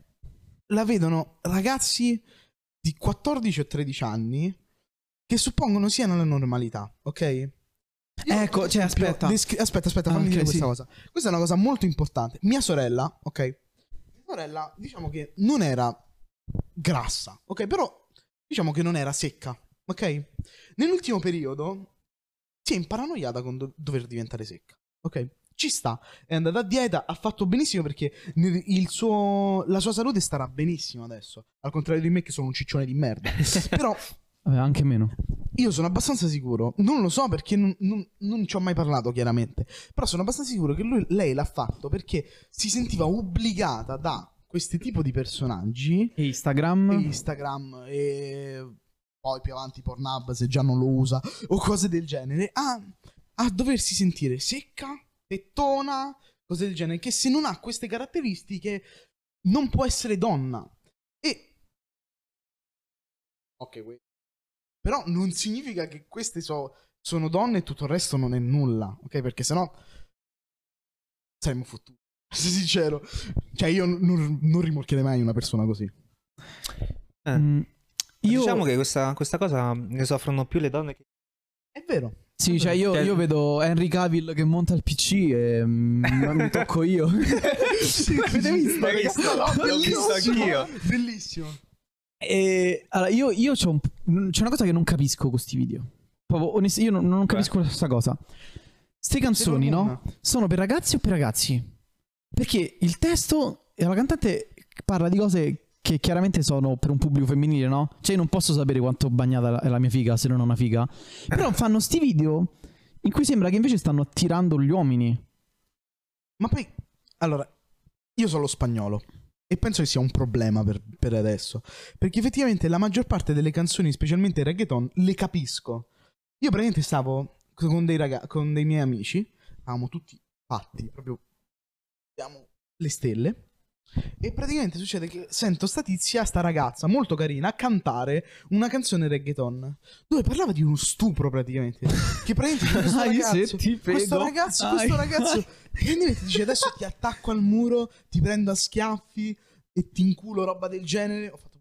[SPEAKER 3] la vedono ragazzi di 14 o 13 anni che suppongono siano la normalità, ok? Io-
[SPEAKER 2] Ecco, cioè, aspetta.
[SPEAKER 3] descri- aspetta, aspetta, fammi
[SPEAKER 2] Ah, ok,
[SPEAKER 3] dire
[SPEAKER 2] sì.
[SPEAKER 3] questa cosa. Questa è una cosa molto importante. Mia sorella, ok? Mia sorella, diciamo che non era grassa, ok? Però diciamo che non era secca, ok? Nell'ultimo periodo si è imparanoiata con do- dover diventare secca, ok? Ci sta, è andata a dieta, ha fatto benissimo perché nel- il suo- la sua salute starà benissimo adesso. Al contrario di me che sono un ciccione di
[SPEAKER 2] [laughs]
[SPEAKER 3] merda. Però
[SPEAKER 2] Vabbè, anche meno.
[SPEAKER 3] io sono abbastanza sicuro, non lo so perché non, non- non ci ho mai parlato chiaramente, però sono abbastanza sicuro che lui- lei l'ha fatto perché si sentiva obbligata da questi tipo di personaggi,
[SPEAKER 2] E Instagram.
[SPEAKER 3] Mm. Instagram e poi più avanti Pornhub se già non lo usa o cose del genere, a, a doversi sentire secca, tettona, cose del genere, che se non ha queste caratteristiche non può essere donna. E... Ok, wait. Però non significa che queste so- sono donne e tutto il resto non è nulla, ok? Perché sennò saremmo fottuti. [laughs] Sono sincero. Cioè io non, non rimorchierei mai una persona così.
[SPEAKER 4] Eh.
[SPEAKER 2] Mm, Io,
[SPEAKER 4] Diciamo che questa, questa cosa ne soffrono più le [laughs] donne che...
[SPEAKER 3] È vero.
[SPEAKER 2] sì, cioè io, io vedo Henry Cavill che monta il PC e mm, mi tocco io.
[SPEAKER 3] L'avete visto?
[SPEAKER 4] L'ho visto, l'ho visto
[SPEAKER 3] Bellissimo.
[SPEAKER 4] anch'io.
[SPEAKER 3] Bellissimo.
[SPEAKER 2] [laughs] E, allora, io, io c'ho un- c'è una cosa che non capisco con questi video. Proprio, onest- io non, non capisco questa cosa. Ste canzoni,
[SPEAKER 3] Solo
[SPEAKER 2] no? Sono per ragazzi o per ragazzi? Perché il testo e la cantante parla di cose che chiaramente sono per un pubblico femminile, no? Cioè, io non posso sapere quanto bagnata la- è la mia figa se non ho una figa. Però fanno sti video in cui sembra che invece stanno attirando gli uomini.
[SPEAKER 3] Ma poi, allora, io sono lo spagnolo e penso che sia un problema per, per adesso, perché effettivamente la maggior parte delle canzoni, specialmente il reggaeton, le capisco. Io praticamente stavo con dei, raga- con dei miei amici, avevamo tutti fatti, proprio abbiamo le stelle, e praticamente succede che sento sta tizia, sta ragazza molto carina, cantare una canzone reggaeton, dove parlava di uno stupro praticamente, che
[SPEAKER 2] Ah,
[SPEAKER 3] praticamente questo ragazzo... Questo ragazzo, questo ragazzo praticamente dice adesso ti attacco al muro, ti prendo a schiaffi e ti inculo roba del genere. Ho fatto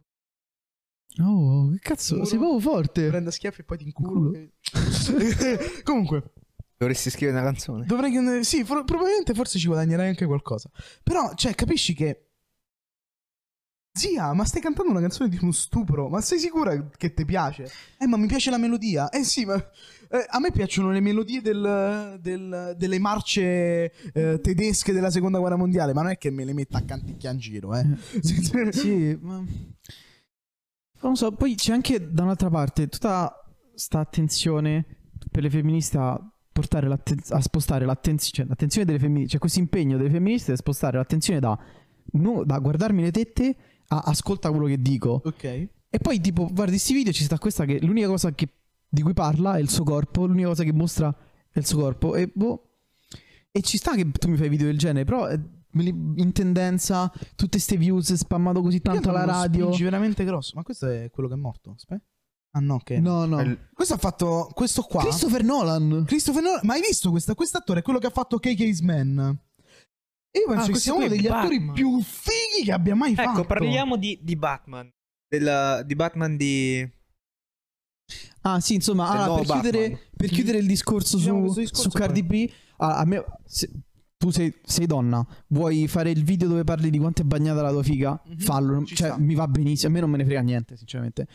[SPEAKER 2] [laughs] Oh, che cazzo,
[SPEAKER 3] Giuro.
[SPEAKER 2] sei proprio
[SPEAKER 3] [laughs] ti
[SPEAKER 2] forte.
[SPEAKER 3] prendo a schiaffi e poi ti
[SPEAKER 2] Inculo.
[SPEAKER 3] inculo. E- [laughs] Comunque,
[SPEAKER 4] Dovresti scrivere una canzone.
[SPEAKER 3] dovrei sì, for- probabilmente forse ci guadagnerai anche qualcosa. Però, cioè, capisci che Zia, ma stai cantando una canzone di uno stupro? Ma sei sicura che ti piace? Eh, ma mi piace la melodia. Eh sì, ma eh, a me piacciono le melodie del- del- delle marce eh, tedesche della seconda guerra mondiale, ma non è che me le metta a canticchia in giro, eh. [laughs]
[SPEAKER 2] sì, ma... Non so, poi c'è anche da un'altra parte tutta sta attenzione per le femministe a, portare l'atten- a spostare l'attenzione, cioè, l'attenzione delle femministe, cioè questo impegno delle femministe di spostare l'attenzione da, no, da guardarmi le tette a ascolta quello che dico.
[SPEAKER 3] ok.
[SPEAKER 2] E poi tipo guardi questi video e ci sta questa che l'unica cosa che- di cui parla è il suo corpo, l'unica cosa che mostra è il suo corpo e boh. E ci sta che tu mi fai video del genere, però eh, me li- in tendenza tutte ste views spammato così tanto alla radio.
[SPEAKER 3] Spingi veramente grosso, ma questo è quello che è morto. Aspetta. Ah no, che
[SPEAKER 2] No, no.
[SPEAKER 3] Questo ha fatto questo qua.
[SPEAKER 2] Christopher Nolan.
[SPEAKER 3] Christopher Nolan, ma hai visto questa? Quest'attore è quello che ha fatto KK's Man. E io penso che
[SPEAKER 5] Ah, questo
[SPEAKER 3] sia
[SPEAKER 5] qui
[SPEAKER 3] uno
[SPEAKER 5] è
[SPEAKER 3] degli attori
[SPEAKER 5] Batman.
[SPEAKER 3] più fighi che abbia mai fatto.
[SPEAKER 4] Ecco, parliamo di, di Batman. Della- di Batman di...
[SPEAKER 2] Ah, sì, insomma,
[SPEAKER 4] Del
[SPEAKER 2] allora, per,
[SPEAKER 4] nuovo
[SPEAKER 2] chiudere,
[SPEAKER 4] Batman.
[SPEAKER 2] per chiudere il discorso
[SPEAKER 3] Chiudiamo
[SPEAKER 2] su,
[SPEAKER 3] questo discorso
[SPEAKER 2] su Cardi B, ah, a me- se- tu sei, sei donna, vuoi fare il video dove parli di quanto è bagnata la tua figa?
[SPEAKER 3] Mhm,
[SPEAKER 2] Fallo, non-
[SPEAKER 3] ci
[SPEAKER 2] cioè,
[SPEAKER 3] sta.
[SPEAKER 2] mi va benissimo, a me non me ne frega niente, sinceramente.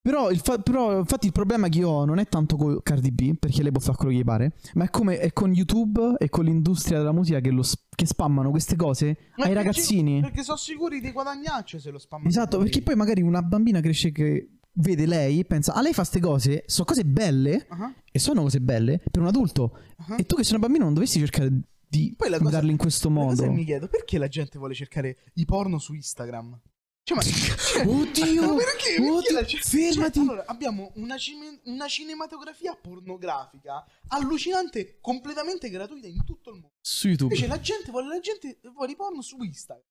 [SPEAKER 2] Però, il fa- però, infatti il problema che io ho non è tanto con Cardi B, perché lei può fare quello che gli pare, ma è come è con YouTube e con l'industria della musica che, lo sp- che spammano queste cose
[SPEAKER 3] Ma
[SPEAKER 2] ai
[SPEAKER 3] perché-
[SPEAKER 2] ragazzini.
[SPEAKER 3] Perché sono sicuri di guadagnarci se lo spammano.
[SPEAKER 2] Esatto, perché poi magari una bambina cresce che vede lei e pensa, ah lei fa queste cose, sono cose belle,
[SPEAKER 3] Ah,
[SPEAKER 2] e sono cose belle per un adulto.
[SPEAKER 3] ah.
[SPEAKER 2] E tu che sei una bambina non dovresti cercare di
[SPEAKER 3] Poi la cosa-
[SPEAKER 2] guardarle in questo
[SPEAKER 3] La cosa
[SPEAKER 2] modo.
[SPEAKER 3] che mi chiedo, perché la gente vuole cercare i porno su Instagram? Cioè, ma... cioè,
[SPEAKER 2] [laughs] Oddio!
[SPEAKER 3] [laughs] ma perché? Perché
[SPEAKER 2] Oddio,
[SPEAKER 3] la gente-
[SPEAKER 2] fermati!
[SPEAKER 3] cioè, allora, abbiamo una, cime- una cinematografia pornografica allucinante, completamente gratuita in tutto il mondo.
[SPEAKER 2] Su YouTube.
[SPEAKER 3] Invece la gente vuole, la gente vuole i porno su Instagram.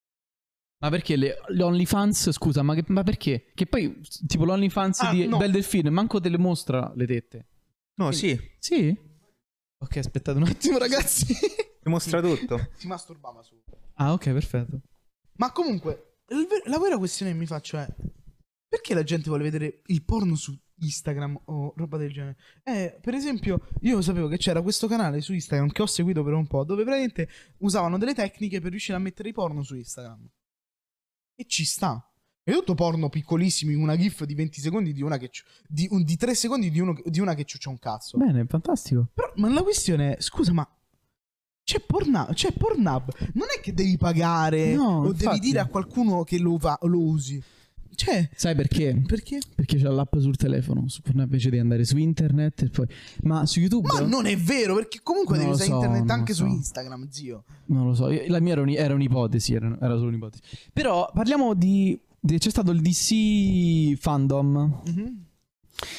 [SPEAKER 2] Ma perché le, le OnlyFans, scusa, ma, che- ma perché? Che poi, s- tipo l'OnlyFans
[SPEAKER 3] Ah,
[SPEAKER 2] di
[SPEAKER 3] no.
[SPEAKER 2] Bel Delfino, manco te le mostra le tette.
[SPEAKER 4] No, sì, ti
[SPEAKER 2] Sì? Ok, aspettate un attimo
[SPEAKER 3] [laughs]
[SPEAKER 2] ragazzi.
[SPEAKER 4] mostra tutto.
[SPEAKER 3] Si masturbava su.
[SPEAKER 2] ah, ok, perfetto.
[SPEAKER 3] Ma comunque, il ver- la vera questione che mi faccio è: perché la gente vuole vedere il porno su Instagram o roba del genere. Eh, per esempio, io sapevo che c'era questo canale su Instagram che ho seguito per un po', dove praticamente usavano delle tecniche per riuscire a mettere i porno su Instagram. E ci sta. È tutto porno piccolissimi, una gif di 20 secondi di una che ci- di, un- di 3 secondi di, uno, di una che ciuccia un cazzo.
[SPEAKER 2] Bene, fantastico.
[SPEAKER 3] Però, ma la questione è, scusa, ma c'è, Porna- c'è Pornhub, non è che devi pagare
[SPEAKER 2] No,
[SPEAKER 3] o
[SPEAKER 2] infatti.
[SPEAKER 3] devi dire a qualcuno che lo, va- lo usi. Cioè,
[SPEAKER 2] Sai perché?
[SPEAKER 3] perché?
[SPEAKER 2] Perché c'è l'app sul telefono, su- invece di andare su internet e poi... Ma su YouTube...
[SPEAKER 3] Ma non è vero, perché comunque
[SPEAKER 2] Boh. Non lo
[SPEAKER 3] devi usare
[SPEAKER 2] so, non
[SPEAKER 3] internet
[SPEAKER 2] lo
[SPEAKER 3] anche su
[SPEAKER 2] so.
[SPEAKER 3] Instagram, zio.
[SPEAKER 2] Non lo so, io- la mia era, un- era un'ipotesi, era, era solo un'ipotesi. Però parliamo di... di- c'è stato il DC fandom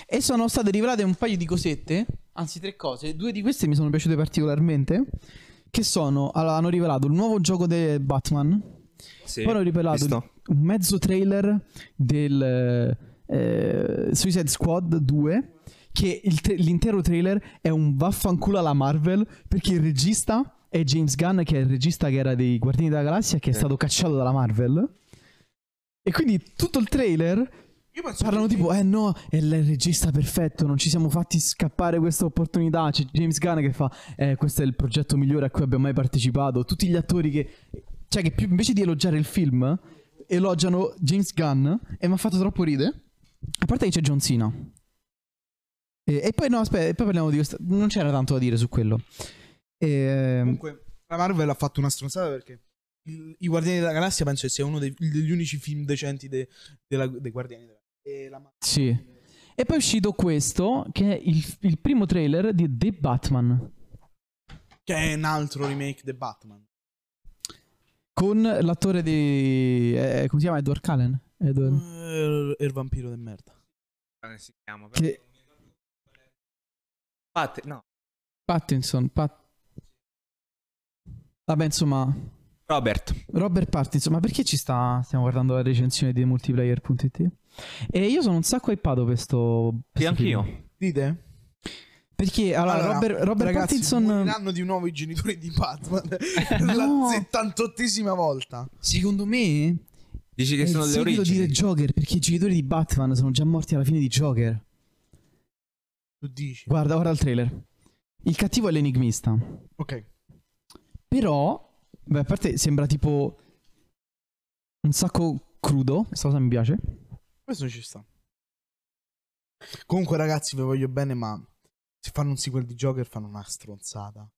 [SPEAKER 2] e sono state rivelate un paio di cosette, anzi tre cose, due di queste mi sono piaciute particolarmente, che sono... allora, hanno rivelato il nuovo gioco di Batman,
[SPEAKER 4] Sì.
[SPEAKER 2] poi hanno rivelato il-
[SPEAKER 4] Visto?
[SPEAKER 2] un mezzo trailer del eh, Suicide Squad 2 che il tra- l'intero trailer è un vaffanculo alla Marvel perché il regista è James Gunn che è il regista che era dei Guardiani della Galassia che è
[SPEAKER 4] Eh.
[SPEAKER 2] stato cacciato dalla Marvel e quindi tutto il trailer
[SPEAKER 3] Io penso
[SPEAKER 2] parlano
[SPEAKER 3] che-
[SPEAKER 2] tipo eh no è il regista perfetto non ci siamo fatti scappare questa opportunità c'è James Gunn che fa eh, questo è il progetto migliore a cui abbiamo mai partecipato tutti gli attori che cioè che più, invece di elogiare il film elogiano James Gunn e mi ha fatto troppo ridere a parte che c'è John Cena e, e poi no aspetta e poi parliamo di questo non c'era tanto da dire su quello Ehm,
[SPEAKER 3] Comunque, la Marvel ha fatto una stronzata perché il- i Guardiani della Galassia penso che sia uno dei- degli unici film decenti de- della- dei Guardiani della e la Marvel-
[SPEAKER 2] Sì. E poi è uscito questo, che è il, il primo trailer di The Batman,
[SPEAKER 3] Che è un altro remake di Batman.
[SPEAKER 2] con l'attore di... eh, come si chiama? Edward Cullen? Edward-
[SPEAKER 3] Eh, il vampiro del merda.
[SPEAKER 4] Come si chiama?
[SPEAKER 2] Che-
[SPEAKER 4] Pat- no.
[SPEAKER 2] Pattinson. Pat- Vabbè, insomma,
[SPEAKER 4] Robert.
[SPEAKER 2] Robert Pattinson. Ma perché ci sta? Stiamo guardando la recensione di multiplayer.it. E io sono un sacco hypato per sto... per
[SPEAKER 4] Sì,
[SPEAKER 2] sto film.
[SPEAKER 4] anch'io.
[SPEAKER 3] Dite?
[SPEAKER 2] Perché, allora, Robert, Robert
[SPEAKER 3] ragazzi,
[SPEAKER 2] Pattinson...
[SPEAKER 3] moriranno di nuovo i genitori di Batman. [laughs] Per
[SPEAKER 2] [laughs]
[SPEAKER 3] la
[SPEAKER 2] No.
[SPEAKER 3] 78esima volta.
[SPEAKER 2] Secondo me...
[SPEAKER 4] Dici che
[SPEAKER 2] è
[SPEAKER 4] sono
[SPEAKER 2] il
[SPEAKER 4] le
[SPEAKER 2] seguito
[SPEAKER 4] origini.
[SPEAKER 2] di The Joker, perché i genitori di Batman sono già morti alla fine di Joker.
[SPEAKER 3] Tu dici.
[SPEAKER 2] Guarda, guarda il trailer. Il cattivo è l'enigmista.
[SPEAKER 3] Ok.
[SPEAKER 2] Però, beh, a parte sembra tipo un sacco crudo. Questa cosa mi piace.
[SPEAKER 3] Questo ci sta. Comunque, ragazzi, vi voglio bene, ma se fanno un sequel di Joker fanno una stronzata.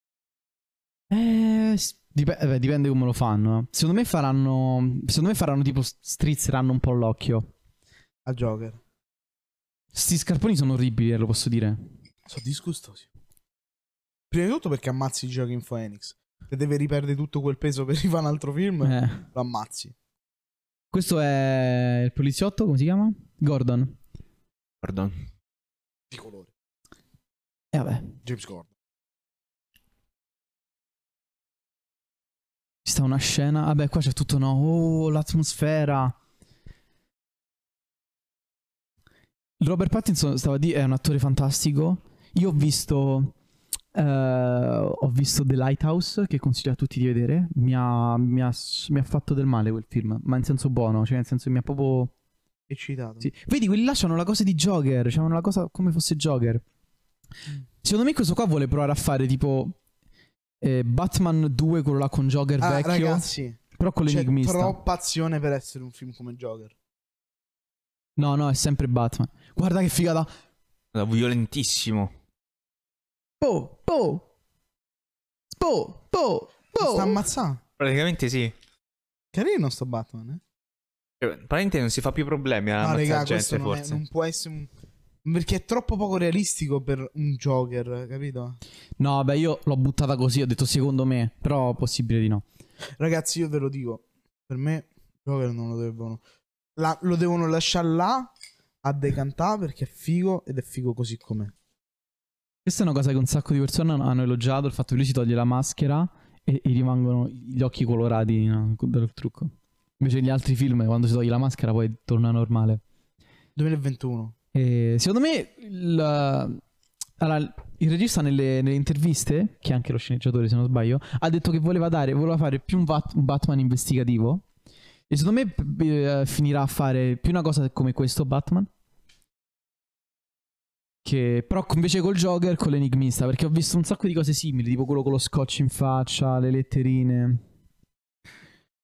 [SPEAKER 2] Eh, s- dip- eh, beh, dipende come lo fanno. eh. Secondo me faranno. Secondo me faranno tipo strizzeranno un po' l'occhio.
[SPEAKER 3] A Joker.
[SPEAKER 2] Sti scarponi sono orribili, eh, lo posso dire.
[SPEAKER 3] Sono disgustosi. Prima di tutto perché ammazzi i giochi in Phoenix. Se deve riperdere tutto quel peso per [laughs] rifare un altro film,
[SPEAKER 2] Eh.
[SPEAKER 3] lo ammazzi.
[SPEAKER 2] Questo è il poliziotto, come si chiama? Gordon.
[SPEAKER 4] Pardon.
[SPEAKER 3] Di colore.
[SPEAKER 2] E Eh, vabbè,
[SPEAKER 3] James Gordon.
[SPEAKER 2] ci sta una scena. Vabbè, qua c'è tutto no. Oh, l'atmosfera. Robert Pattinson stava di è un attore fantastico. Io ho visto eh, ho visto The Lighthouse che consiglio a tutti di vedere. Mi ha, mi ha- mi ha fatto del male quel film, ma in senso buono, cioè nel senso mi ha proprio
[SPEAKER 3] Eccitato.
[SPEAKER 2] sì. Vedi, quelli là c'hanno la cosa di Joker, c'hanno la cosa come fosse Joker. Secondo me questo qua vuole provare a fare tipo eh, Batman 2, quello là con Joker
[SPEAKER 3] Ah,
[SPEAKER 2] vecchio,
[SPEAKER 3] ragazzi,
[SPEAKER 2] però con
[SPEAKER 3] c'è
[SPEAKER 2] l'enigmista.
[SPEAKER 3] troppa azione per essere un film come Joker.
[SPEAKER 2] No, no, è sempre Batman. Guarda che figata.
[SPEAKER 4] Violentissimo.
[SPEAKER 2] Po, po. Po, po,
[SPEAKER 3] Si Sta
[SPEAKER 2] po.
[SPEAKER 3] ammazzando.
[SPEAKER 4] Praticamente sì.
[SPEAKER 3] Carino sto Batman, eh.
[SPEAKER 4] Cioè, Praticamente non si fa più problemi a
[SPEAKER 3] No,
[SPEAKER 4] ammazzare
[SPEAKER 3] raga, questo
[SPEAKER 4] gente,
[SPEAKER 3] non, è-
[SPEAKER 4] forse.
[SPEAKER 3] non può essere un... Perché è troppo poco realistico per un Joker, capito?
[SPEAKER 2] No, beh, io l'ho buttata così, ho detto secondo me, però possibile di no.
[SPEAKER 3] Ragazzi, io ve lo dico. Per me, Joker non lo devono... la- lo devono lasciare là a decantare perché è figo ed è figo così com'è.
[SPEAKER 2] Questa è una cosa che un sacco di persone hanno- hanno elogiato, il fatto che lui si toglie la maschera e gli rimangono gli occhi colorati no, dal trucco. Invece negli altri film, quando si toglie la maschera, poi torna normale.
[SPEAKER 3] 2021.
[SPEAKER 2] E Eh, secondo me, il, allora, il regista nelle, nelle interviste, che è anche lo sceneggiatore se non sbaglio, ha detto che voleva, dare, voleva fare più un, Bat- un Batman investigativo. E secondo me p- eh, finirà a fare più una cosa come questo Batman. Che, però invece col Joker con l'enigmista, perché ho visto un sacco di cose simili, tipo quello con lo scotch in faccia, le letterine.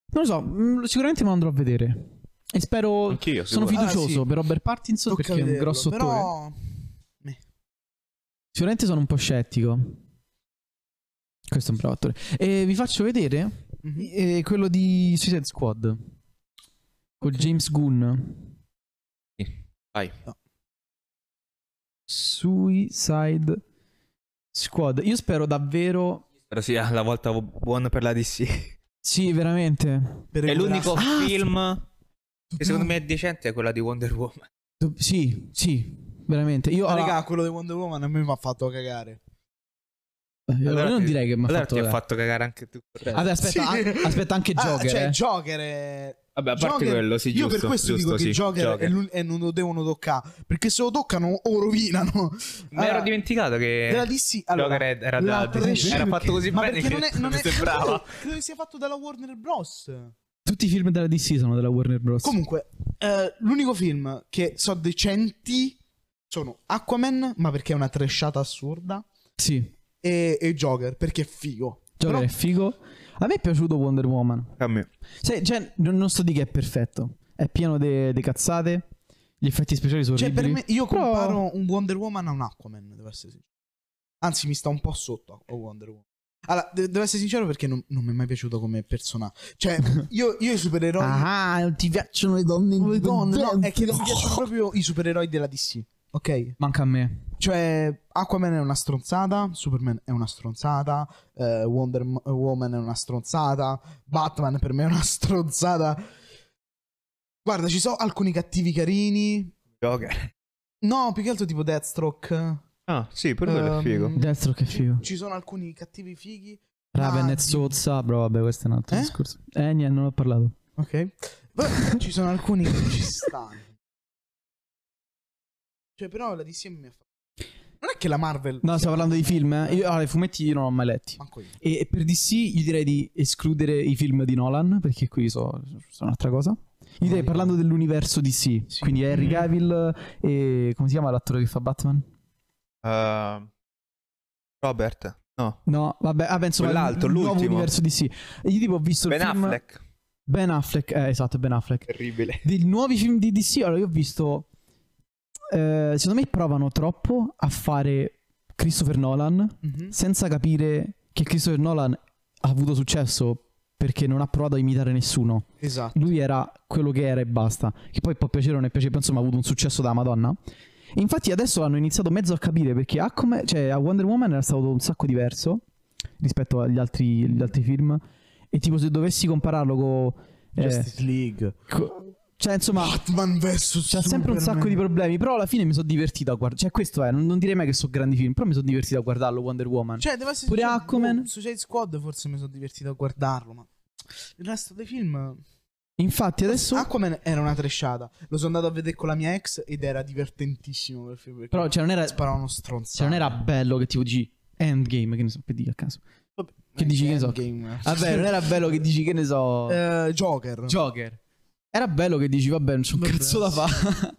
[SPEAKER 2] Non lo so, mm, sicuramente me lo andrò a vedere. E spero...
[SPEAKER 5] Anch'io,
[SPEAKER 2] Sono
[SPEAKER 5] sicuro.
[SPEAKER 3] fidu-
[SPEAKER 2] fiducioso
[SPEAKER 3] Ah, sì.
[SPEAKER 2] per Robert Pattinson
[SPEAKER 3] Tocca
[SPEAKER 2] perché è un
[SPEAKER 3] vederlo,
[SPEAKER 2] grosso attore.
[SPEAKER 3] Però
[SPEAKER 2] Sicuramente sono un po' scettico. Questo è un bravo attore. E vi faccio vedere
[SPEAKER 3] Mhm.
[SPEAKER 2] eh, quello di Suicide Squad. Con James Gunn.
[SPEAKER 5] Vai.
[SPEAKER 2] Suicide Squad. Io spero davvero...
[SPEAKER 4] Però sia la volta bu- buona per la DC.
[SPEAKER 2] Sì, veramente.
[SPEAKER 3] per
[SPEAKER 4] È
[SPEAKER 3] ora-
[SPEAKER 4] l'unico [laughs]
[SPEAKER 2] Ah,
[SPEAKER 4] film che secondo me è decente, è quella di Wonder Woman.
[SPEAKER 2] Do- Sì, sì, veramente. Io,
[SPEAKER 3] Ah,
[SPEAKER 2] allora,
[SPEAKER 3] raga, quello di Wonder Woman a me mi ha fatto cagare.
[SPEAKER 2] io
[SPEAKER 4] allora
[SPEAKER 2] non
[SPEAKER 4] ti-
[SPEAKER 2] direi che mi ha
[SPEAKER 4] allora
[SPEAKER 2] fatto...
[SPEAKER 4] ti ha
[SPEAKER 2] eh.
[SPEAKER 4] fatto cagare anche tu.
[SPEAKER 2] Ah, dai, aspetta,
[SPEAKER 3] Sì.
[SPEAKER 2] an- aspetta anche
[SPEAKER 3] Ah,
[SPEAKER 2] Joker.
[SPEAKER 3] cioè,
[SPEAKER 2] eh.
[SPEAKER 3] Joker è...
[SPEAKER 5] Vabbè, a parte
[SPEAKER 3] Joker-
[SPEAKER 5] quello, sì,
[SPEAKER 3] Io
[SPEAKER 5] giusto.
[SPEAKER 3] per questo
[SPEAKER 5] giusto,
[SPEAKER 3] dico che
[SPEAKER 5] sì,
[SPEAKER 3] Joker, È l'un- e non lo devono toccare. Perché se lo toccano o rovinano.
[SPEAKER 4] Mi ero
[SPEAKER 3] Ah,
[SPEAKER 4] dimenticato che
[SPEAKER 3] Della DC, allora,
[SPEAKER 4] Joker era- era,
[SPEAKER 3] la
[SPEAKER 4] da-
[SPEAKER 3] trash-
[SPEAKER 4] era fatto così
[SPEAKER 3] [laughs] ma
[SPEAKER 4] bene
[SPEAKER 3] perché
[SPEAKER 4] che
[SPEAKER 3] non è, non è [laughs]
[SPEAKER 4] sembrava.
[SPEAKER 3] credo che sia fatto dalla Warner Bros.
[SPEAKER 2] Tutti i film della DC sono della Warner Bros.
[SPEAKER 3] Comunque, eh, l'unico film che so decenti sono Aquaman, ma perché è una tresciata assurda,
[SPEAKER 2] Sì,
[SPEAKER 3] e, e Joker, perché è figo.
[SPEAKER 2] Joker
[SPEAKER 3] Però-
[SPEAKER 2] è figo. A me è piaciuto Wonder Woman.
[SPEAKER 4] A me.
[SPEAKER 2] Cioè, cioè, non non sto di che è perfetto. È pieno di cazzate. Gli effetti speciali sono
[SPEAKER 3] Cioè, per
[SPEAKER 2] orribili.
[SPEAKER 3] me, io
[SPEAKER 2] Però-
[SPEAKER 3] comparo un Wonder Woman a un Aquaman, devo essere sincero. Anzi, mi sta un po' sotto a Wonder Woman. Allora, de- devo essere sincero perché non, non mi è mai piaciuto come personaggio.
[SPEAKER 2] [laughs]
[SPEAKER 3] Cioè, io, io i supereroi...
[SPEAKER 2] Ah, non ti piacciono le donne
[SPEAKER 3] le donne, no,
[SPEAKER 2] indipendenti.
[SPEAKER 3] è che non mi piacciono proprio i supereroi della DC, ok?
[SPEAKER 2] Manca a me.
[SPEAKER 3] Cioè, Aquaman è una stronzata, Superman è una stronzata, eh, Wonder Mo- Woman è una stronzata, Batman per me è una [laughs] stronzata. Guarda, ci sono alcuni cattivi carini.
[SPEAKER 4] Joker.
[SPEAKER 3] No, più che altro tipo Deathstroke.
[SPEAKER 4] Ah, sì, per quello
[SPEAKER 3] Ehm,
[SPEAKER 4] è figo.
[SPEAKER 2] Destro che figo.
[SPEAKER 3] Ci, ci sono alcuni cattivi fighi.
[SPEAKER 2] Raven
[SPEAKER 3] Ah,
[SPEAKER 2] e
[SPEAKER 3] sì.
[SPEAKER 2] Sozza. Bro, vabbè, questo è un altro
[SPEAKER 3] Eh?
[SPEAKER 2] discorso. Eh, niente, non ho parlato.
[SPEAKER 3] Ok. Poi ci sono alcuni che ci stanno. Cioè, però la DC mi ha fatto. Non è che la Marvel.
[SPEAKER 2] No, stiamo parlando di film. eh. Io, allora, i fumetti io non li ho mai letti.
[SPEAKER 3] Manco io.
[SPEAKER 2] E per DC io direi di escludere i film di Nolan, perché qui so- sono un'altra cosa. Io direi parlando dell'universo DC,
[SPEAKER 3] Sì.
[SPEAKER 2] quindi Henry
[SPEAKER 4] Mm.
[SPEAKER 2] Cavill e come si chiama l'attore che fa Batman?
[SPEAKER 4] Ehm, Robert. No.
[SPEAKER 2] No, vabbè, ah, penso
[SPEAKER 4] Quell'altro,
[SPEAKER 2] nuovo
[SPEAKER 4] l'ultimo.
[SPEAKER 2] universo DC. E io tipo ho visto
[SPEAKER 4] Ben
[SPEAKER 2] il film
[SPEAKER 4] Affleck.
[SPEAKER 2] Ben Affleck, eh, esatto, Ben Affleck.
[SPEAKER 4] Terribile.
[SPEAKER 2] Dei nuovi film di DC, allora io ho visto eh, secondo me provano troppo a fare Christopher Nolan
[SPEAKER 3] Mhm.
[SPEAKER 2] senza capire che Christopher Nolan ha avuto successo perché non ha provato a imitare nessuno.
[SPEAKER 3] Esatto.
[SPEAKER 2] lui era quello che era e basta. Che poi può piacere o non è piacere, però insomma ha avuto un successo da Madonna. E infatti adesso hanno iniziato mezzo a capire perché a, come- cioè, a Wonder Woman era stato un sacco diverso rispetto agli altri, gli altri film. E tipo se dovessi compararlo con...
[SPEAKER 3] Justice Ah, League.
[SPEAKER 2] cioè insomma...
[SPEAKER 3] Batman vs.
[SPEAKER 2] C'ha sempre un sacco di problemi, però alla fine mi sono divertito a guardare. Cioè, questo è, non, non direi mai che sono grandi film, però mi sono divertito a guardarlo Wonder Woman.
[SPEAKER 3] Cioè, devo essere
[SPEAKER 2] Pure
[SPEAKER 3] sincero,
[SPEAKER 2] Aquaman.
[SPEAKER 3] boh, Suicide Squad forse mi sono divertito a guardarlo, ma il resto dei film
[SPEAKER 2] Infatti adesso...
[SPEAKER 3] Aquaman era una tresciata. Lo sono andato a vedere con la mia ex ed era divertentissimo quel film, perché
[SPEAKER 2] Però cioè, non era...
[SPEAKER 3] sparavano stronzate.
[SPEAKER 2] cioè, non era bello che tipo G... Endgame, che ne so, per dire a caso.
[SPEAKER 3] Vabbè,
[SPEAKER 2] che dici, che ne so,
[SPEAKER 3] Endgame.
[SPEAKER 2] Vabbè, [laughs] non era bello che dici che ne so.
[SPEAKER 3] Eh, Joker.
[SPEAKER 2] Joker. Era bello che dici, vabbè, non c'è un
[SPEAKER 3] Vabbè,
[SPEAKER 2] cazzo da fare.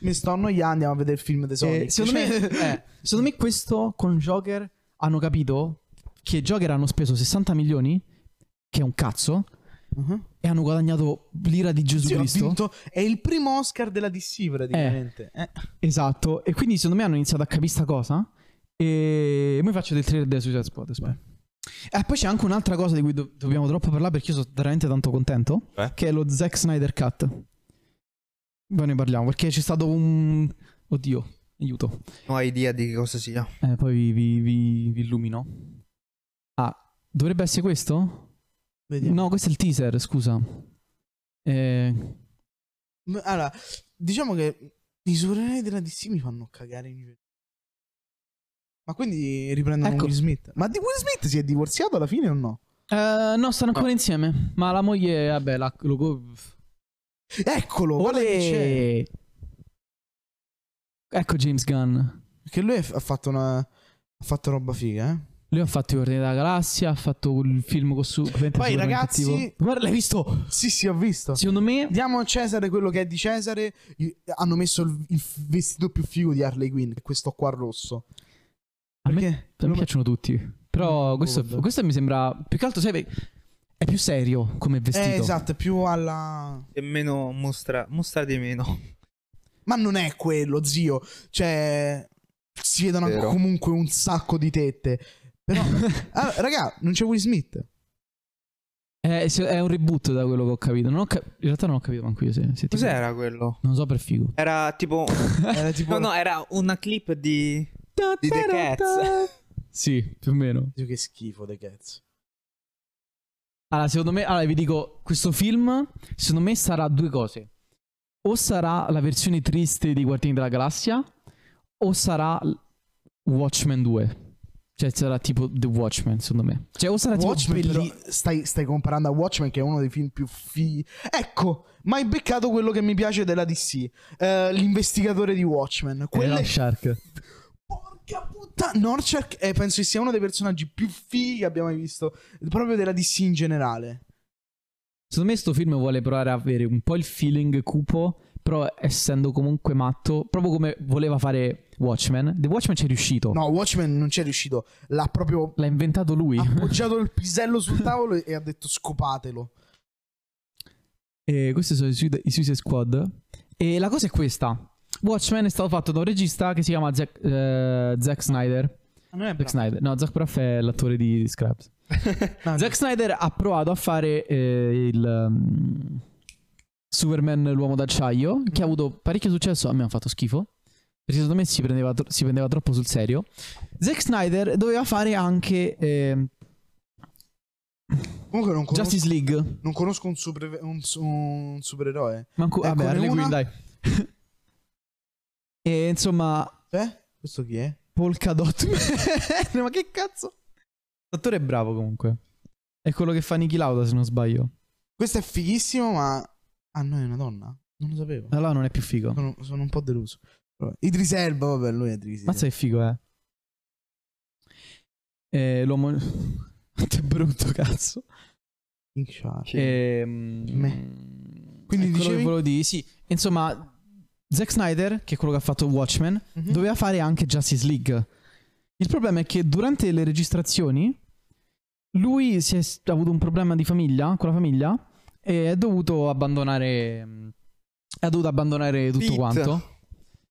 [SPEAKER 3] Mi sto annoiando, andiamo a vedere il film dei Sonic.
[SPEAKER 2] Eh, secondo,
[SPEAKER 3] [laughs] Cioè,
[SPEAKER 2] me, eh, [laughs] secondo me questo con Joker hanno capito che Joker hanno speso 60 milioni, che è un cazzo,
[SPEAKER 3] uh-huh.
[SPEAKER 2] e hanno guadagnato l'ira di Gesù
[SPEAKER 3] Sì, ha
[SPEAKER 2] Cristo.
[SPEAKER 3] vinto- è il primo Oscar della DC praticamente. Eh.
[SPEAKER 2] Esatto. E quindi secondo me hanno iniziato a capire sta cosa. E poi faccio del trailer della Suicide Squad. aspetta. E poi c'è anche un'altra cosa di cui do- dobbiamo troppo parlare perché io sono veramente tanto contento.
[SPEAKER 4] Eh?
[SPEAKER 2] Che è lo Zack Snyder Cut. Poi ne parliamo perché c'è stato un... Oddio, aiuto.
[SPEAKER 4] Non ho idea di che cosa sia.
[SPEAKER 2] Eh, poi vi, vi- vi- vi illumino. Ah, dovrebbe essere questo?
[SPEAKER 3] Vediamo.
[SPEAKER 2] No, questo è il teaser, scusa. Eh,
[SPEAKER 3] M- Allora, diciamo che i supereroi della DC mi fanno cagare in giro. Ma quindi riprendono
[SPEAKER 2] Ecco.
[SPEAKER 3] Will Smith. Ma di Will Smith si è divorziato alla fine o no?
[SPEAKER 2] eh, no, stanno ancora insieme. Ma la moglie, vabbè, la, lo,
[SPEAKER 3] Eccolo! guarda chi c'è.
[SPEAKER 2] Olè! Ecco James Gunn.
[SPEAKER 3] Perché lui ha f- ha fatto una. Ha fatto roba figa, eh.
[SPEAKER 2] Lui ha fatto i Ordini della Galassia, ha fatto il film con su. ovviamente
[SPEAKER 3] Poi,
[SPEAKER 2] super
[SPEAKER 3] ragazzi-
[SPEAKER 2] cattivo. Guarda, l'hai visto?
[SPEAKER 3] Sì, sì, ho visto.
[SPEAKER 2] Secondo me,
[SPEAKER 3] Diamo a Cesare quello che è di Cesare. I- Hanno messo il, il vestito più figo di Harley Quinn, questo qua rosso.
[SPEAKER 2] a me,
[SPEAKER 3] Perché?
[SPEAKER 2] a me piacciono tutti. Però
[SPEAKER 3] Mm,
[SPEAKER 2] questo,
[SPEAKER 3] vabbè.
[SPEAKER 2] questo mi sembra. Più che altro, sai, è più serio come vestito.
[SPEAKER 3] Eh, esatto, è più alla.
[SPEAKER 4] E meno mostra, mostra di meno.
[SPEAKER 3] Ma non è quello, zio. Cioè, si vedono
[SPEAKER 4] Vero.
[SPEAKER 3] comunque un sacco di tette. Però, Ah, raga, non c'è Will
[SPEAKER 2] [laughs]
[SPEAKER 3] Smith.
[SPEAKER 2] [laughs] È, è un reboot da quello che ho capito. Non ho cap- in realtà non ho capito manco io se, se
[SPEAKER 4] [laughs]
[SPEAKER 2] ti-
[SPEAKER 4] Cos'era quello?
[SPEAKER 2] Non so per figo.
[SPEAKER 4] Era tipo. [laughs]
[SPEAKER 3] Era tipo.
[SPEAKER 4] No, no, era una clip di. di The [laughs] Cats.
[SPEAKER 2] Sì, più o meno.
[SPEAKER 3] Zio, che schifo, The Cats.
[SPEAKER 2] Allora, secondo me, allora vi dico, questo film, secondo me sarà due cose. O sarà la versione triste di Guardiani della Galassia, o sarà l- Watchmen 2. Cioè sarà tipo The Watchmen, secondo me. Cioè o sarà tipo
[SPEAKER 3] Watchmen,
[SPEAKER 2] belli-
[SPEAKER 3] però, stai, stai comparando a Watchmen, che è uno dei film più fi. Ecco, ma hai beccato quello che mi piace della DC. eh, l'investigatore di Watchmen. Quello
[SPEAKER 2] Hello, Shark.
[SPEAKER 3] Porca puttana, Norchak eh, penso che sia uno dei personaggi più fighi che abbiamo mai visto, proprio della DC in generale.
[SPEAKER 2] Secondo me sto film vuole provare a avere un po' il feeling cupo, però essendo comunque matto, proprio come voleva fare Watchmen. The Watchmen ci è riuscito.
[SPEAKER 3] No, Watchmen non c'è riuscito, l'ha proprio
[SPEAKER 2] L'ha inventato lui.
[SPEAKER 3] Ah, appoggiato il
[SPEAKER 2] [laughs]
[SPEAKER 3] pisello sul tavolo e ha detto scopatelo.
[SPEAKER 2] E questi sono i, Suicide- i Suicide Squad. E la cosa è questa. Watchmen è stato fatto da un regista che si chiama Zack, eh, Zack Snyder.
[SPEAKER 3] Non è
[SPEAKER 2] Zack Snyder. No, Zack Braff è l'attore di Scraps. Zack Snyder ha provato a fare eh, il um, Superman l'uomo d'acciaio, che ha avuto parecchio successo, a me ha fatto schifo. Perché secondo me si prendeva, tro- si prendeva troppo sul serio. Zack Snyder doveva fare anche eh,
[SPEAKER 3] Comunque non conosco,
[SPEAKER 2] Justice League.
[SPEAKER 3] non conosco un, super- un su- un supereroe.
[SPEAKER 2] Manco, vabbè,
[SPEAKER 3] Eccone
[SPEAKER 2] Harley
[SPEAKER 3] una.
[SPEAKER 2] Quinn, dai. [laughs] e insomma,
[SPEAKER 3] Eh? Questo chi è?
[SPEAKER 2] Polkadot. [laughs] Man. Ma che cazzo? L'attore è bravo comunque. È quello che fa Niki Lauda, se non sbaglio.
[SPEAKER 3] Questo è fighissimo, ma... Ah, no, è una donna? Non lo sapevo.
[SPEAKER 2] Allora Ah, non è più figo.
[SPEAKER 3] Sono, sono un po' deluso. Vabbè. Idris Elba, vabbè, lui è Idris Elba.
[SPEAKER 2] Mazza che figo, eh. Eh, l'uomo... [laughs] Quanto è brutto, cazzo.
[SPEAKER 3] King Shark.
[SPEAKER 2] Ehm,
[SPEAKER 3] Quindi
[SPEAKER 2] è quello
[SPEAKER 3] dicevi?
[SPEAKER 2] che volevo dire, sì. Insomma, Zack Snyder, che è quello che ha fatto Watchmen,
[SPEAKER 3] Mhm.
[SPEAKER 2] doveva fare anche Justice League. Il problema è che durante le registrazioni lui si è s- ha avuto un problema di famiglia con la famiglia e è dovuto abbandonare ha dovuto abbandonare tutto
[SPEAKER 4] Pete.
[SPEAKER 2] quanto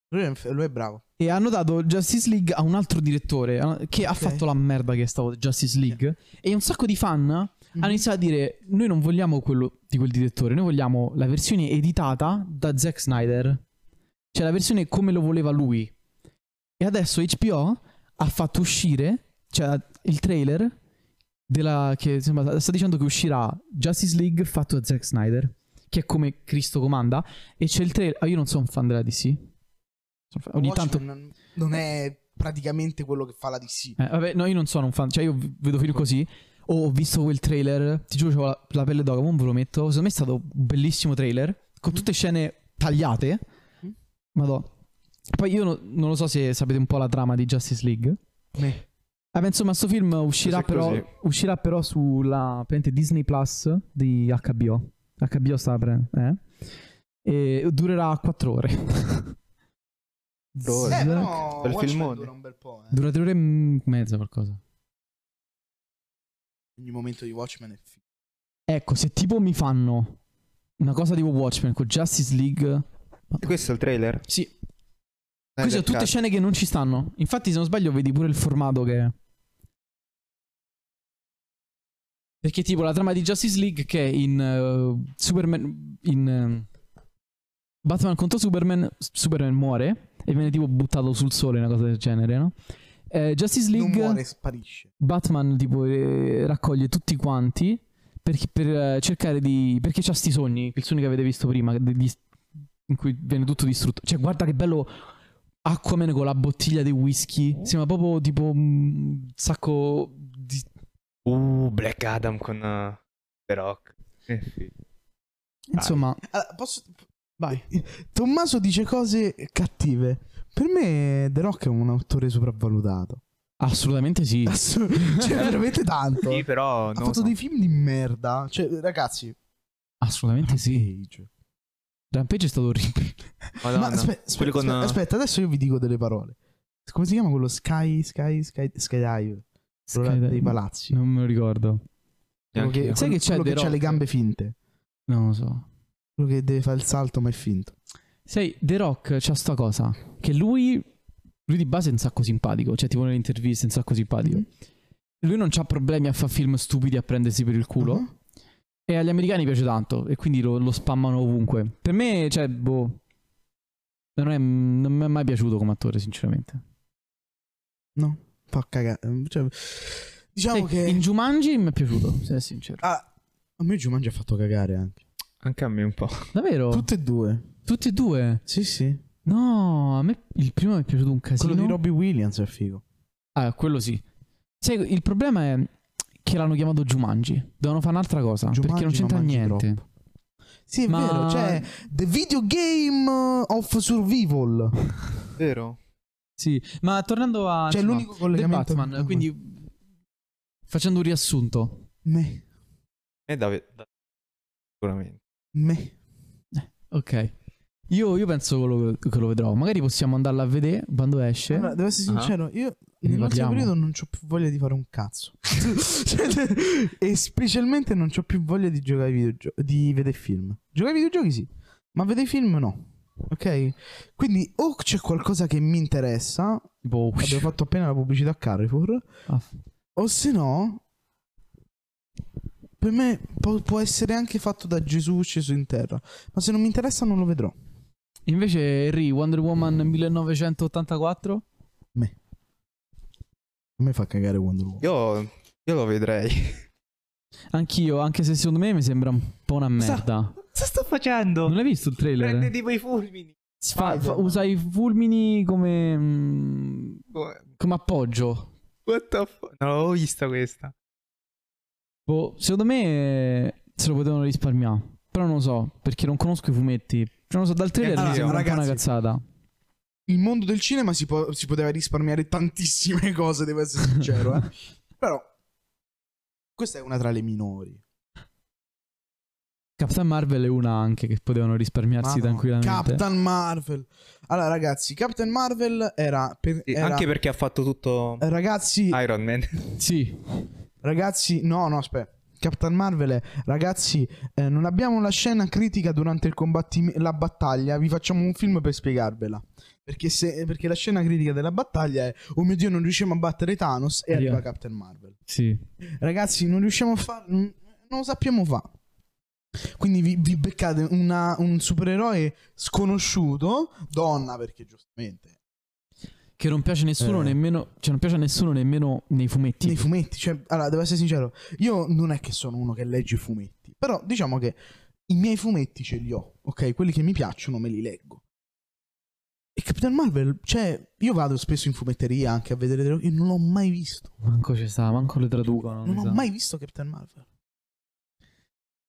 [SPEAKER 3] Lui, è, lui è bravo.
[SPEAKER 2] e hanno dato Justice League a un altro direttore eh, che ha
[SPEAKER 3] Ok.
[SPEAKER 2] fatto la merda che è stato Justice League e un sacco di fan
[SPEAKER 3] Mhm.
[SPEAKER 2] hanno iniziato a dire noi non vogliamo quello di quel direttore noi vogliamo la versione editata da Zack Snyder cioè la versione come lo voleva lui e adesso HBO ha fatto uscire cioè il trailer della, che insomma, sta dicendo che uscirà Justice League fatto da Zack Snyder che è come Cristo comanda e c'è il trailer ah, io non sono un fan della DC Sono fan- ogni tanto
[SPEAKER 3] Watchmen non- non è praticamente quello che fa la DC.
[SPEAKER 2] Eh, vabbè, no, io non sono un fan, cioè io v- vedo film così. Oh, ho visto quel trailer, ti giuro, c'ho la, la pelle d'oca, non ve lo metto. Secondo me è stato un bellissimo trailer, con
[SPEAKER 4] Mm.
[SPEAKER 2] tutte scene tagliate.
[SPEAKER 3] Mm.
[SPEAKER 2] Madò. Poi io no- non lo so se sapete un po' la trama di Justice League. Vabbè, insomma, sto film uscirà
[SPEAKER 4] Così,
[SPEAKER 2] però,
[SPEAKER 4] così.
[SPEAKER 2] uscirà però sulla praticamente, Disney Plus di HBO. HBO sta per... Eh? E durerà 4 ore.
[SPEAKER 4] Quattro ore.
[SPEAKER 3] Eh, però
[SPEAKER 4] Bel
[SPEAKER 3] Watchmen
[SPEAKER 4] filmone.
[SPEAKER 3] dura un bel po', eh.
[SPEAKER 2] Dura 3 ore e mezza qualcosa.
[SPEAKER 3] Ogni momento di Watchmen è figo.
[SPEAKER 2] Ecco, se tipo mi fanno una cosa tipo Watchmen con Justice League.
[SPEAKER 4] E questo è il trailer?
[SPEAKER 2] Sì, queste sono tutte scene che non ci stanno. Infatti, se non sbaglio, vedi pure il formato che. Perché, tipo, la trama di Justice League che è in eh, Superman. In eh, Batman contro Superman. Superman muore e viene tipo buttato sul sole, una cosa del genere, no? Eh, Justice
[SPEAKER 3] Non
[SPEAKER 2] League.
[SPEAKER 3] muore, sparisce.
[SPEAKER 2] Batman tipo eh, raccoglie tutti quanti per, per, eh, cercare di perché c'ha sti sogni, quel sogno che avete visto prima che di- di- in cui viene tutto distrutto. Cioè guarda che bello Aquaman con la bottiglia di whisky, sembra proprio tipo un sacco di
[SPEAKER 4] Uh, Black Adam con uh, The Rock. Eh, sì.
[SPEAKER 2] insomma,
[SPEAKER 3] Allora, posso... [laughs] Vai. Tommaso dice cose cattive. Per me The Rock è un autore sopravvalutato.
[SPEAKER 2] Assolutamente sì.
[SPEAKER 3] Assu- cioè, veramente tanto.
[SPEAKER 4] Sì, però
[SPEAKER 3] Ha
[SPEAKER 4] non
[SPEAKER 3] fatto
[SPEAKER 4] so.
[SPEAKER 3] dei film di merda. Cioè, ragazzi. Cioè,
[SPEAKER 2] Assolutamente sì. Rampage è stato orribile.
[SPEAKER 4] Madonna.
[SPEAKER 3] Ma aspe-
[SPEAKER 4] Quelli
[SPEAKER 3] aspetta,
[SPEAKER 4] con-
[SPEAKER 3] aspetta, aspetta, adesso io vi dico delle parole. Come si chiama quello Sky Sky Sky Skydive? Quello là dei palazzi.
[SPEAKER 2] Non me lo ricordo.
[SPEAKER 3] Quello che,
[SPEAKER 4] Neanch'io.
[SPEAKER 2] Sai
[SPEAKER 3] quello-
[SPEAKER 2] che c'è
[SPEAKER 3] quello
[SPEAKER 2] The
[SPEAKER 3] che c'ha
[SPEAKER 2] Rock?
[SPEAKER 3] le gambe finte.
[SPEAKER 2] Non lo so.
[SPEAKER 3] Quello che deve fare il salto, ma è finto.
[SPEAKER 2] Sai, The Rock c'ha sta cosa. Che lui. Lui di base è un sacco simpatico. Cioè, tipo nelle interviste è un sacco simpatico.
[SPEAKER 3] Mm-hmm.
[SPEAKER 2] Lui non ha problemi a fare film stupidi a prendersi per il culo.
[SPEAKER 3] Mhm.
[SPEAKER 2] E agli americani piace tanto. E quindi lo, lo spammano ovunque. Per me, cioè, boh. Non, è- non mi è mai piaciuto come attore, sinceramente.
[SPEAKER 3] No, fa cagare. Cioè, diciamo
[SPEAKER 2] Eh,
[SPEAKER 3] che.
[SPEAKER 2] In Jumanji mi è piaciuto, se è sincero.
[SPEAKER 3] Ah, a me Jumanji ha fatto cagare anche.
[SPEAKER 4] Anche a me un po'.
[SPEAKER 2] Davvero?
[SPEAKER 3] Tutte e due.
[SPEAKER 2] Tutti e due?
[SPEAKER 3] Sì, sì.
[SPEAKER 2] No, a me il primo mi è piaciuto un casino.
[SPEAKER 3] Quello di Robbie Williams è figo.
[SPEAKER 2] Ah, quello sì. Sai, il problema è che l'hanno chiamato Jumanji. Devono fare un'altra cosa. perché non
[SPEAKER 3] Jumanji,
[SPEAKER 2] c'entra
[SPEAKER 3] Jumanji
[SPEAKER 2] niente.
[SPEAKER 3] Sì, è
[SPEAKER 2] Ma-
[SPEAKER 3] vero. Cioè, The Video Game of Survival.
[SPEAKER 4] Vero?
[SPEAKER 2] Sì, ma tornando a.
[SPEAKER 3] Cioè,
[SPEAKER 2] insomma,
[SPEAKER 3] l'unico
[SPEAKER 2] The
[SPEAKER 3] collegamento. Mm-hmm.
[SPEAKER 2] Batman. Quindi. Facendo un riassunto.
[SPEAKER 3] Me.
[SPEAKER 4] E Davide. Sicuramente.
[SPEAKER 3] Me.
[SPEAKER 2] Ok. Io, io penso che lo, che lo vedrò. Magari possiamo andarla a vedere quando esce.
[SPEAKER 3] Allora, devo essere
[SPEAKER 4] Ah.
[SPEAKER 3] sincero, io nell'ultimo
[SPEAKER 2] parliamo.
[SPEAKER 3] periodo non ho più voglia di fare un cazzo. [laughs] Cioè, e specialmente non ho più voglia di giocare ai videogiochi, di vedere film. Giocare ai videogiochi sì, ma vedere film no. Ok? Quindi o c'è qualcosa che mi interessa,
[SPEAKER 2] tipo,
[SPEAKER 3] abbiamo fatto appena la pubblicità a Carrefour,
[SPEAKER 2] Ah.
[SPEAKER 3] o se no per me può, può essere anche fatto da Gesù sceso in terra, ma se non mi interessa non lo vedrò.
[SPEAKER 2] Invece, Henry, Wonder Woman 1984.
[SPEAKER 3] A me fa cagare Wonder Woman.
[SPEAKER 4] Io, io lo vedrei.
[SPEAKER 2] Anch'io, anche se secondo me mi sembra un po' una
[SPEAKER 4] Sa-
[SPEAKER 2] merda.
[SPEAKER 4] [laughs] Cosa sto facendo?
[SPEAKER 2] Non l'hai visto il trailer?
[SPEAKER 4] Prende tipo i fulmini.
[SPEAKER 2] Fa- fa- usa i fulmini come, mm, come appoggio.
[SPEAKER 4] Boh, What the fuck? Non l'avevo vista questa.
[SPEAKER 2] Boh, secondo me eh, se lo potevano risparmiare. Però non lo so, perché non conosco i fumetti. Cioè, non lo so, dal trailer
[SPEAKER 4] Allora,
[SPEAKER 2] mi sembra un po' una
[SPEAKER 3] ragazzi.
[SPEAKER 2] cazzata.
[SPEAKER 3] il mondo del cinema si, può- si poteva risparmiare tantissime [laughs] cose, devo essere
[SPEAKER 2] [laughs]
[SPEAKER 3] sincero. eh. Però questa è una tra le minori.
[SPEAKER 2] Captain Marvel è una anche che potevano risparmiarsi
[SPEAKER 3] Madonna,
[SPEAKER 2] tranquillamente.
[SPEAKER 3] Captain Marvel. Allora, ragazzi, Captain Marvel era. per-
[SPEAKER 4] Sì,
[SPEAKER 3] era-
[SPEAKER 4] Anche perché ha fatto tutto
[SPEAKER 3] Ragazzi,
[SPEAKER 4] Iron [laughs] Man.
[SPEAKER 2] Sì,
[SPEAKER 3] ragazzi, no, no, aspetta. Captain Marvel, è, ragazzi, eh, non abbiamo la scena critica durante il combattim- la battaglia. Vi facciamo un film per spiegarvela. Perché, se- perché la scena critica della battaglia è: Oh mio dio, non riusciamo a battere Thanos. E
[SPEAKER 2] Arriva.
[SPEAKER 3] arriva Captain Marvel.
[SPEAKER 2] sì.
[SPEAKER 3] Ragazzi, non riusciamo a fare. Non lo sappiamo fare. Quindi vi, vi beccate una- un supereroe sconosciuto, donna perché giustamente,
[SPEAKER 2] Che non piace nessuno
[SPEAKER 3] Eh.
[SPEAKER 2] nemmeno. Cioè, non piace a nessuno nemmeno nei fumetti.
[SPEAKER 3] nei fumetti. Cioè, allora, devo essere sincero, io non è che sono uno che legge i fumetti, però diciamo che i miei fumetti ce li ho, ok? Quelli che mi piacciono me li leggo. E Capitan Marvel, cioè, io vado spesso in fumetteria anche a vedere, delle- e non l'ho mai visto.
[SPEAKER 2] manco ci sta, manco le traducono.
[SPEAKER 3] Non
[SPEAKER 2] mi
[SPEAKER 3] ho
[SPEAKER 2] sa.
[SPEAKER 3] mai visto Captain Marvel.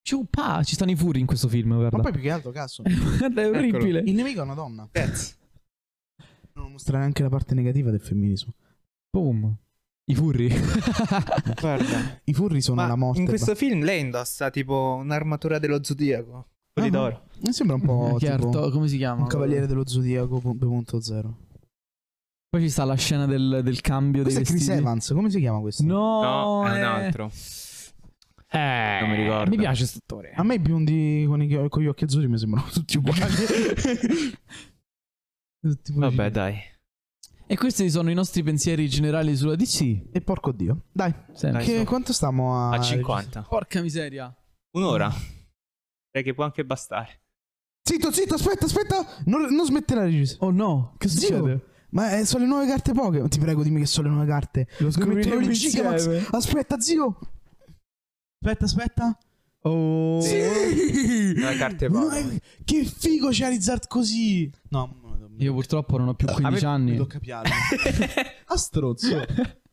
[SPEAKER 2] Ciupà, ci stanno i furri in questo film, guarda.
[SPEAKER 3] Ma poi più che altro, cazzo,
[SPEAKER 2] Guarda, [laughs] è orribile.
[SPEAKER 3] il nemico è una donna.
[SPEAKER 4] Cazzo.
[SPEAKER 3] Non mostrare anche la parte negativa del femminismo.
[SPEAKER 2] Boom. I furri.
[SPEAKER 4] Guarda.
[SPEAKER 3] I furri sono
[SPEAKER 4] Ma
[SPEAKER 3] la morte.
[SPEAKER 4] in questo film lei indossa tipo un'armatura dello zodiaco.
[SPEAKER 3] Ah,
[SPEAKER 4] Quelli
[SPEAKER 3] ma-
[SPEAKER 4] d'oro.
[SPEAKER 3] Mi sembra
[SPEAKER 2] [laughs]
[SPEAKER 3] un po'
[SPEAKER 2] Che
[SPEAKER 3] tipo
[SPEAKER 2] arto- come si chiama?
[SPEAKER 3] un cavaliere dello zodiaco 2.0.
[SPEAKER 2] Poi ci sta la scena del, del cambio
[SPEAKER 3] Questo è
[SPEAKER 2] dei
[SPEAKER 3] Chris
[SPEAKER 2] vestiti.
[SPEAKER 3] Evans, come si chiama questo?
[SPEAKER 2] No,
[SPEAKER 5] No, è un
[SPEAKER 2] eh.
[SPEAKER 5] altro.
[SPEAKER 2] Eh,
[SPEAKER 5] Non mi ricordo.
[SPEAKER 2] Mi piace questo attore.
[SPEAKER 3] A me i biondi con, i chi- con gli occhi azzurri mi sembrano [laughs] tutti
[SPEAKER 2] [laughs]
[SPEAKER 3] uguali. Tutti uguali.
[SPEAKER 5] Vabbè, dai.
[SPEAKER 2] E questi sono i nostri pensieri generali sulla DC.
[SPEAKER 3] E porco dio. Dai,
[SPEAKER 2] Sempre.
[SPEAKER 3] che, quanto stiamo
[SPEAKER 4] Ah,
[SPEAKER 3] a...
[SPEAKER 5] A 50.
[SPEAKER 2] Porca miseria.
[SPEAKER 4] [laughs]
[SPEAKER 5] Un'ora. Direi che può anche bastare.
[SPEAKER 3] Zitto, zitto, aspetta, aspetta. Non, non smettere la registrazione.
[SPEAKER 2] Oh no, che
[SPEAKER 3] Zio,
[SPEAKER 2] succede?
[SPEAKER 3] Ma eh, sono le nuove carte Pokémon. Ti prego, dimmi che sono le nuove carte.
[SPEAKER 2] Lo
[SPEAKER 3] Dove
[SPEAKER 2] scopriremo
[SPEAKER 3] mettiamo il Gigamax?
[SPEAKER 2] insieme.
[SPEAKER 3] Aspetta, zio. Aspetta, aspetta.
[SPEAKER 2] Oh.
[SPEAKER 3] Sì!
[SPEAKER 4] Le carte
[SPEAKER 3] Ma
[SPEAKER 4] Pokémon.
[SPEAKER 3] Che figo Charizard così! No,
[SPEAKER 2] Io purtroppo non ho più 15
[SPEAKER 3] mi
[SPEAKER 2] anni.
[SPEAKER 3] tocca piano. A strozzo.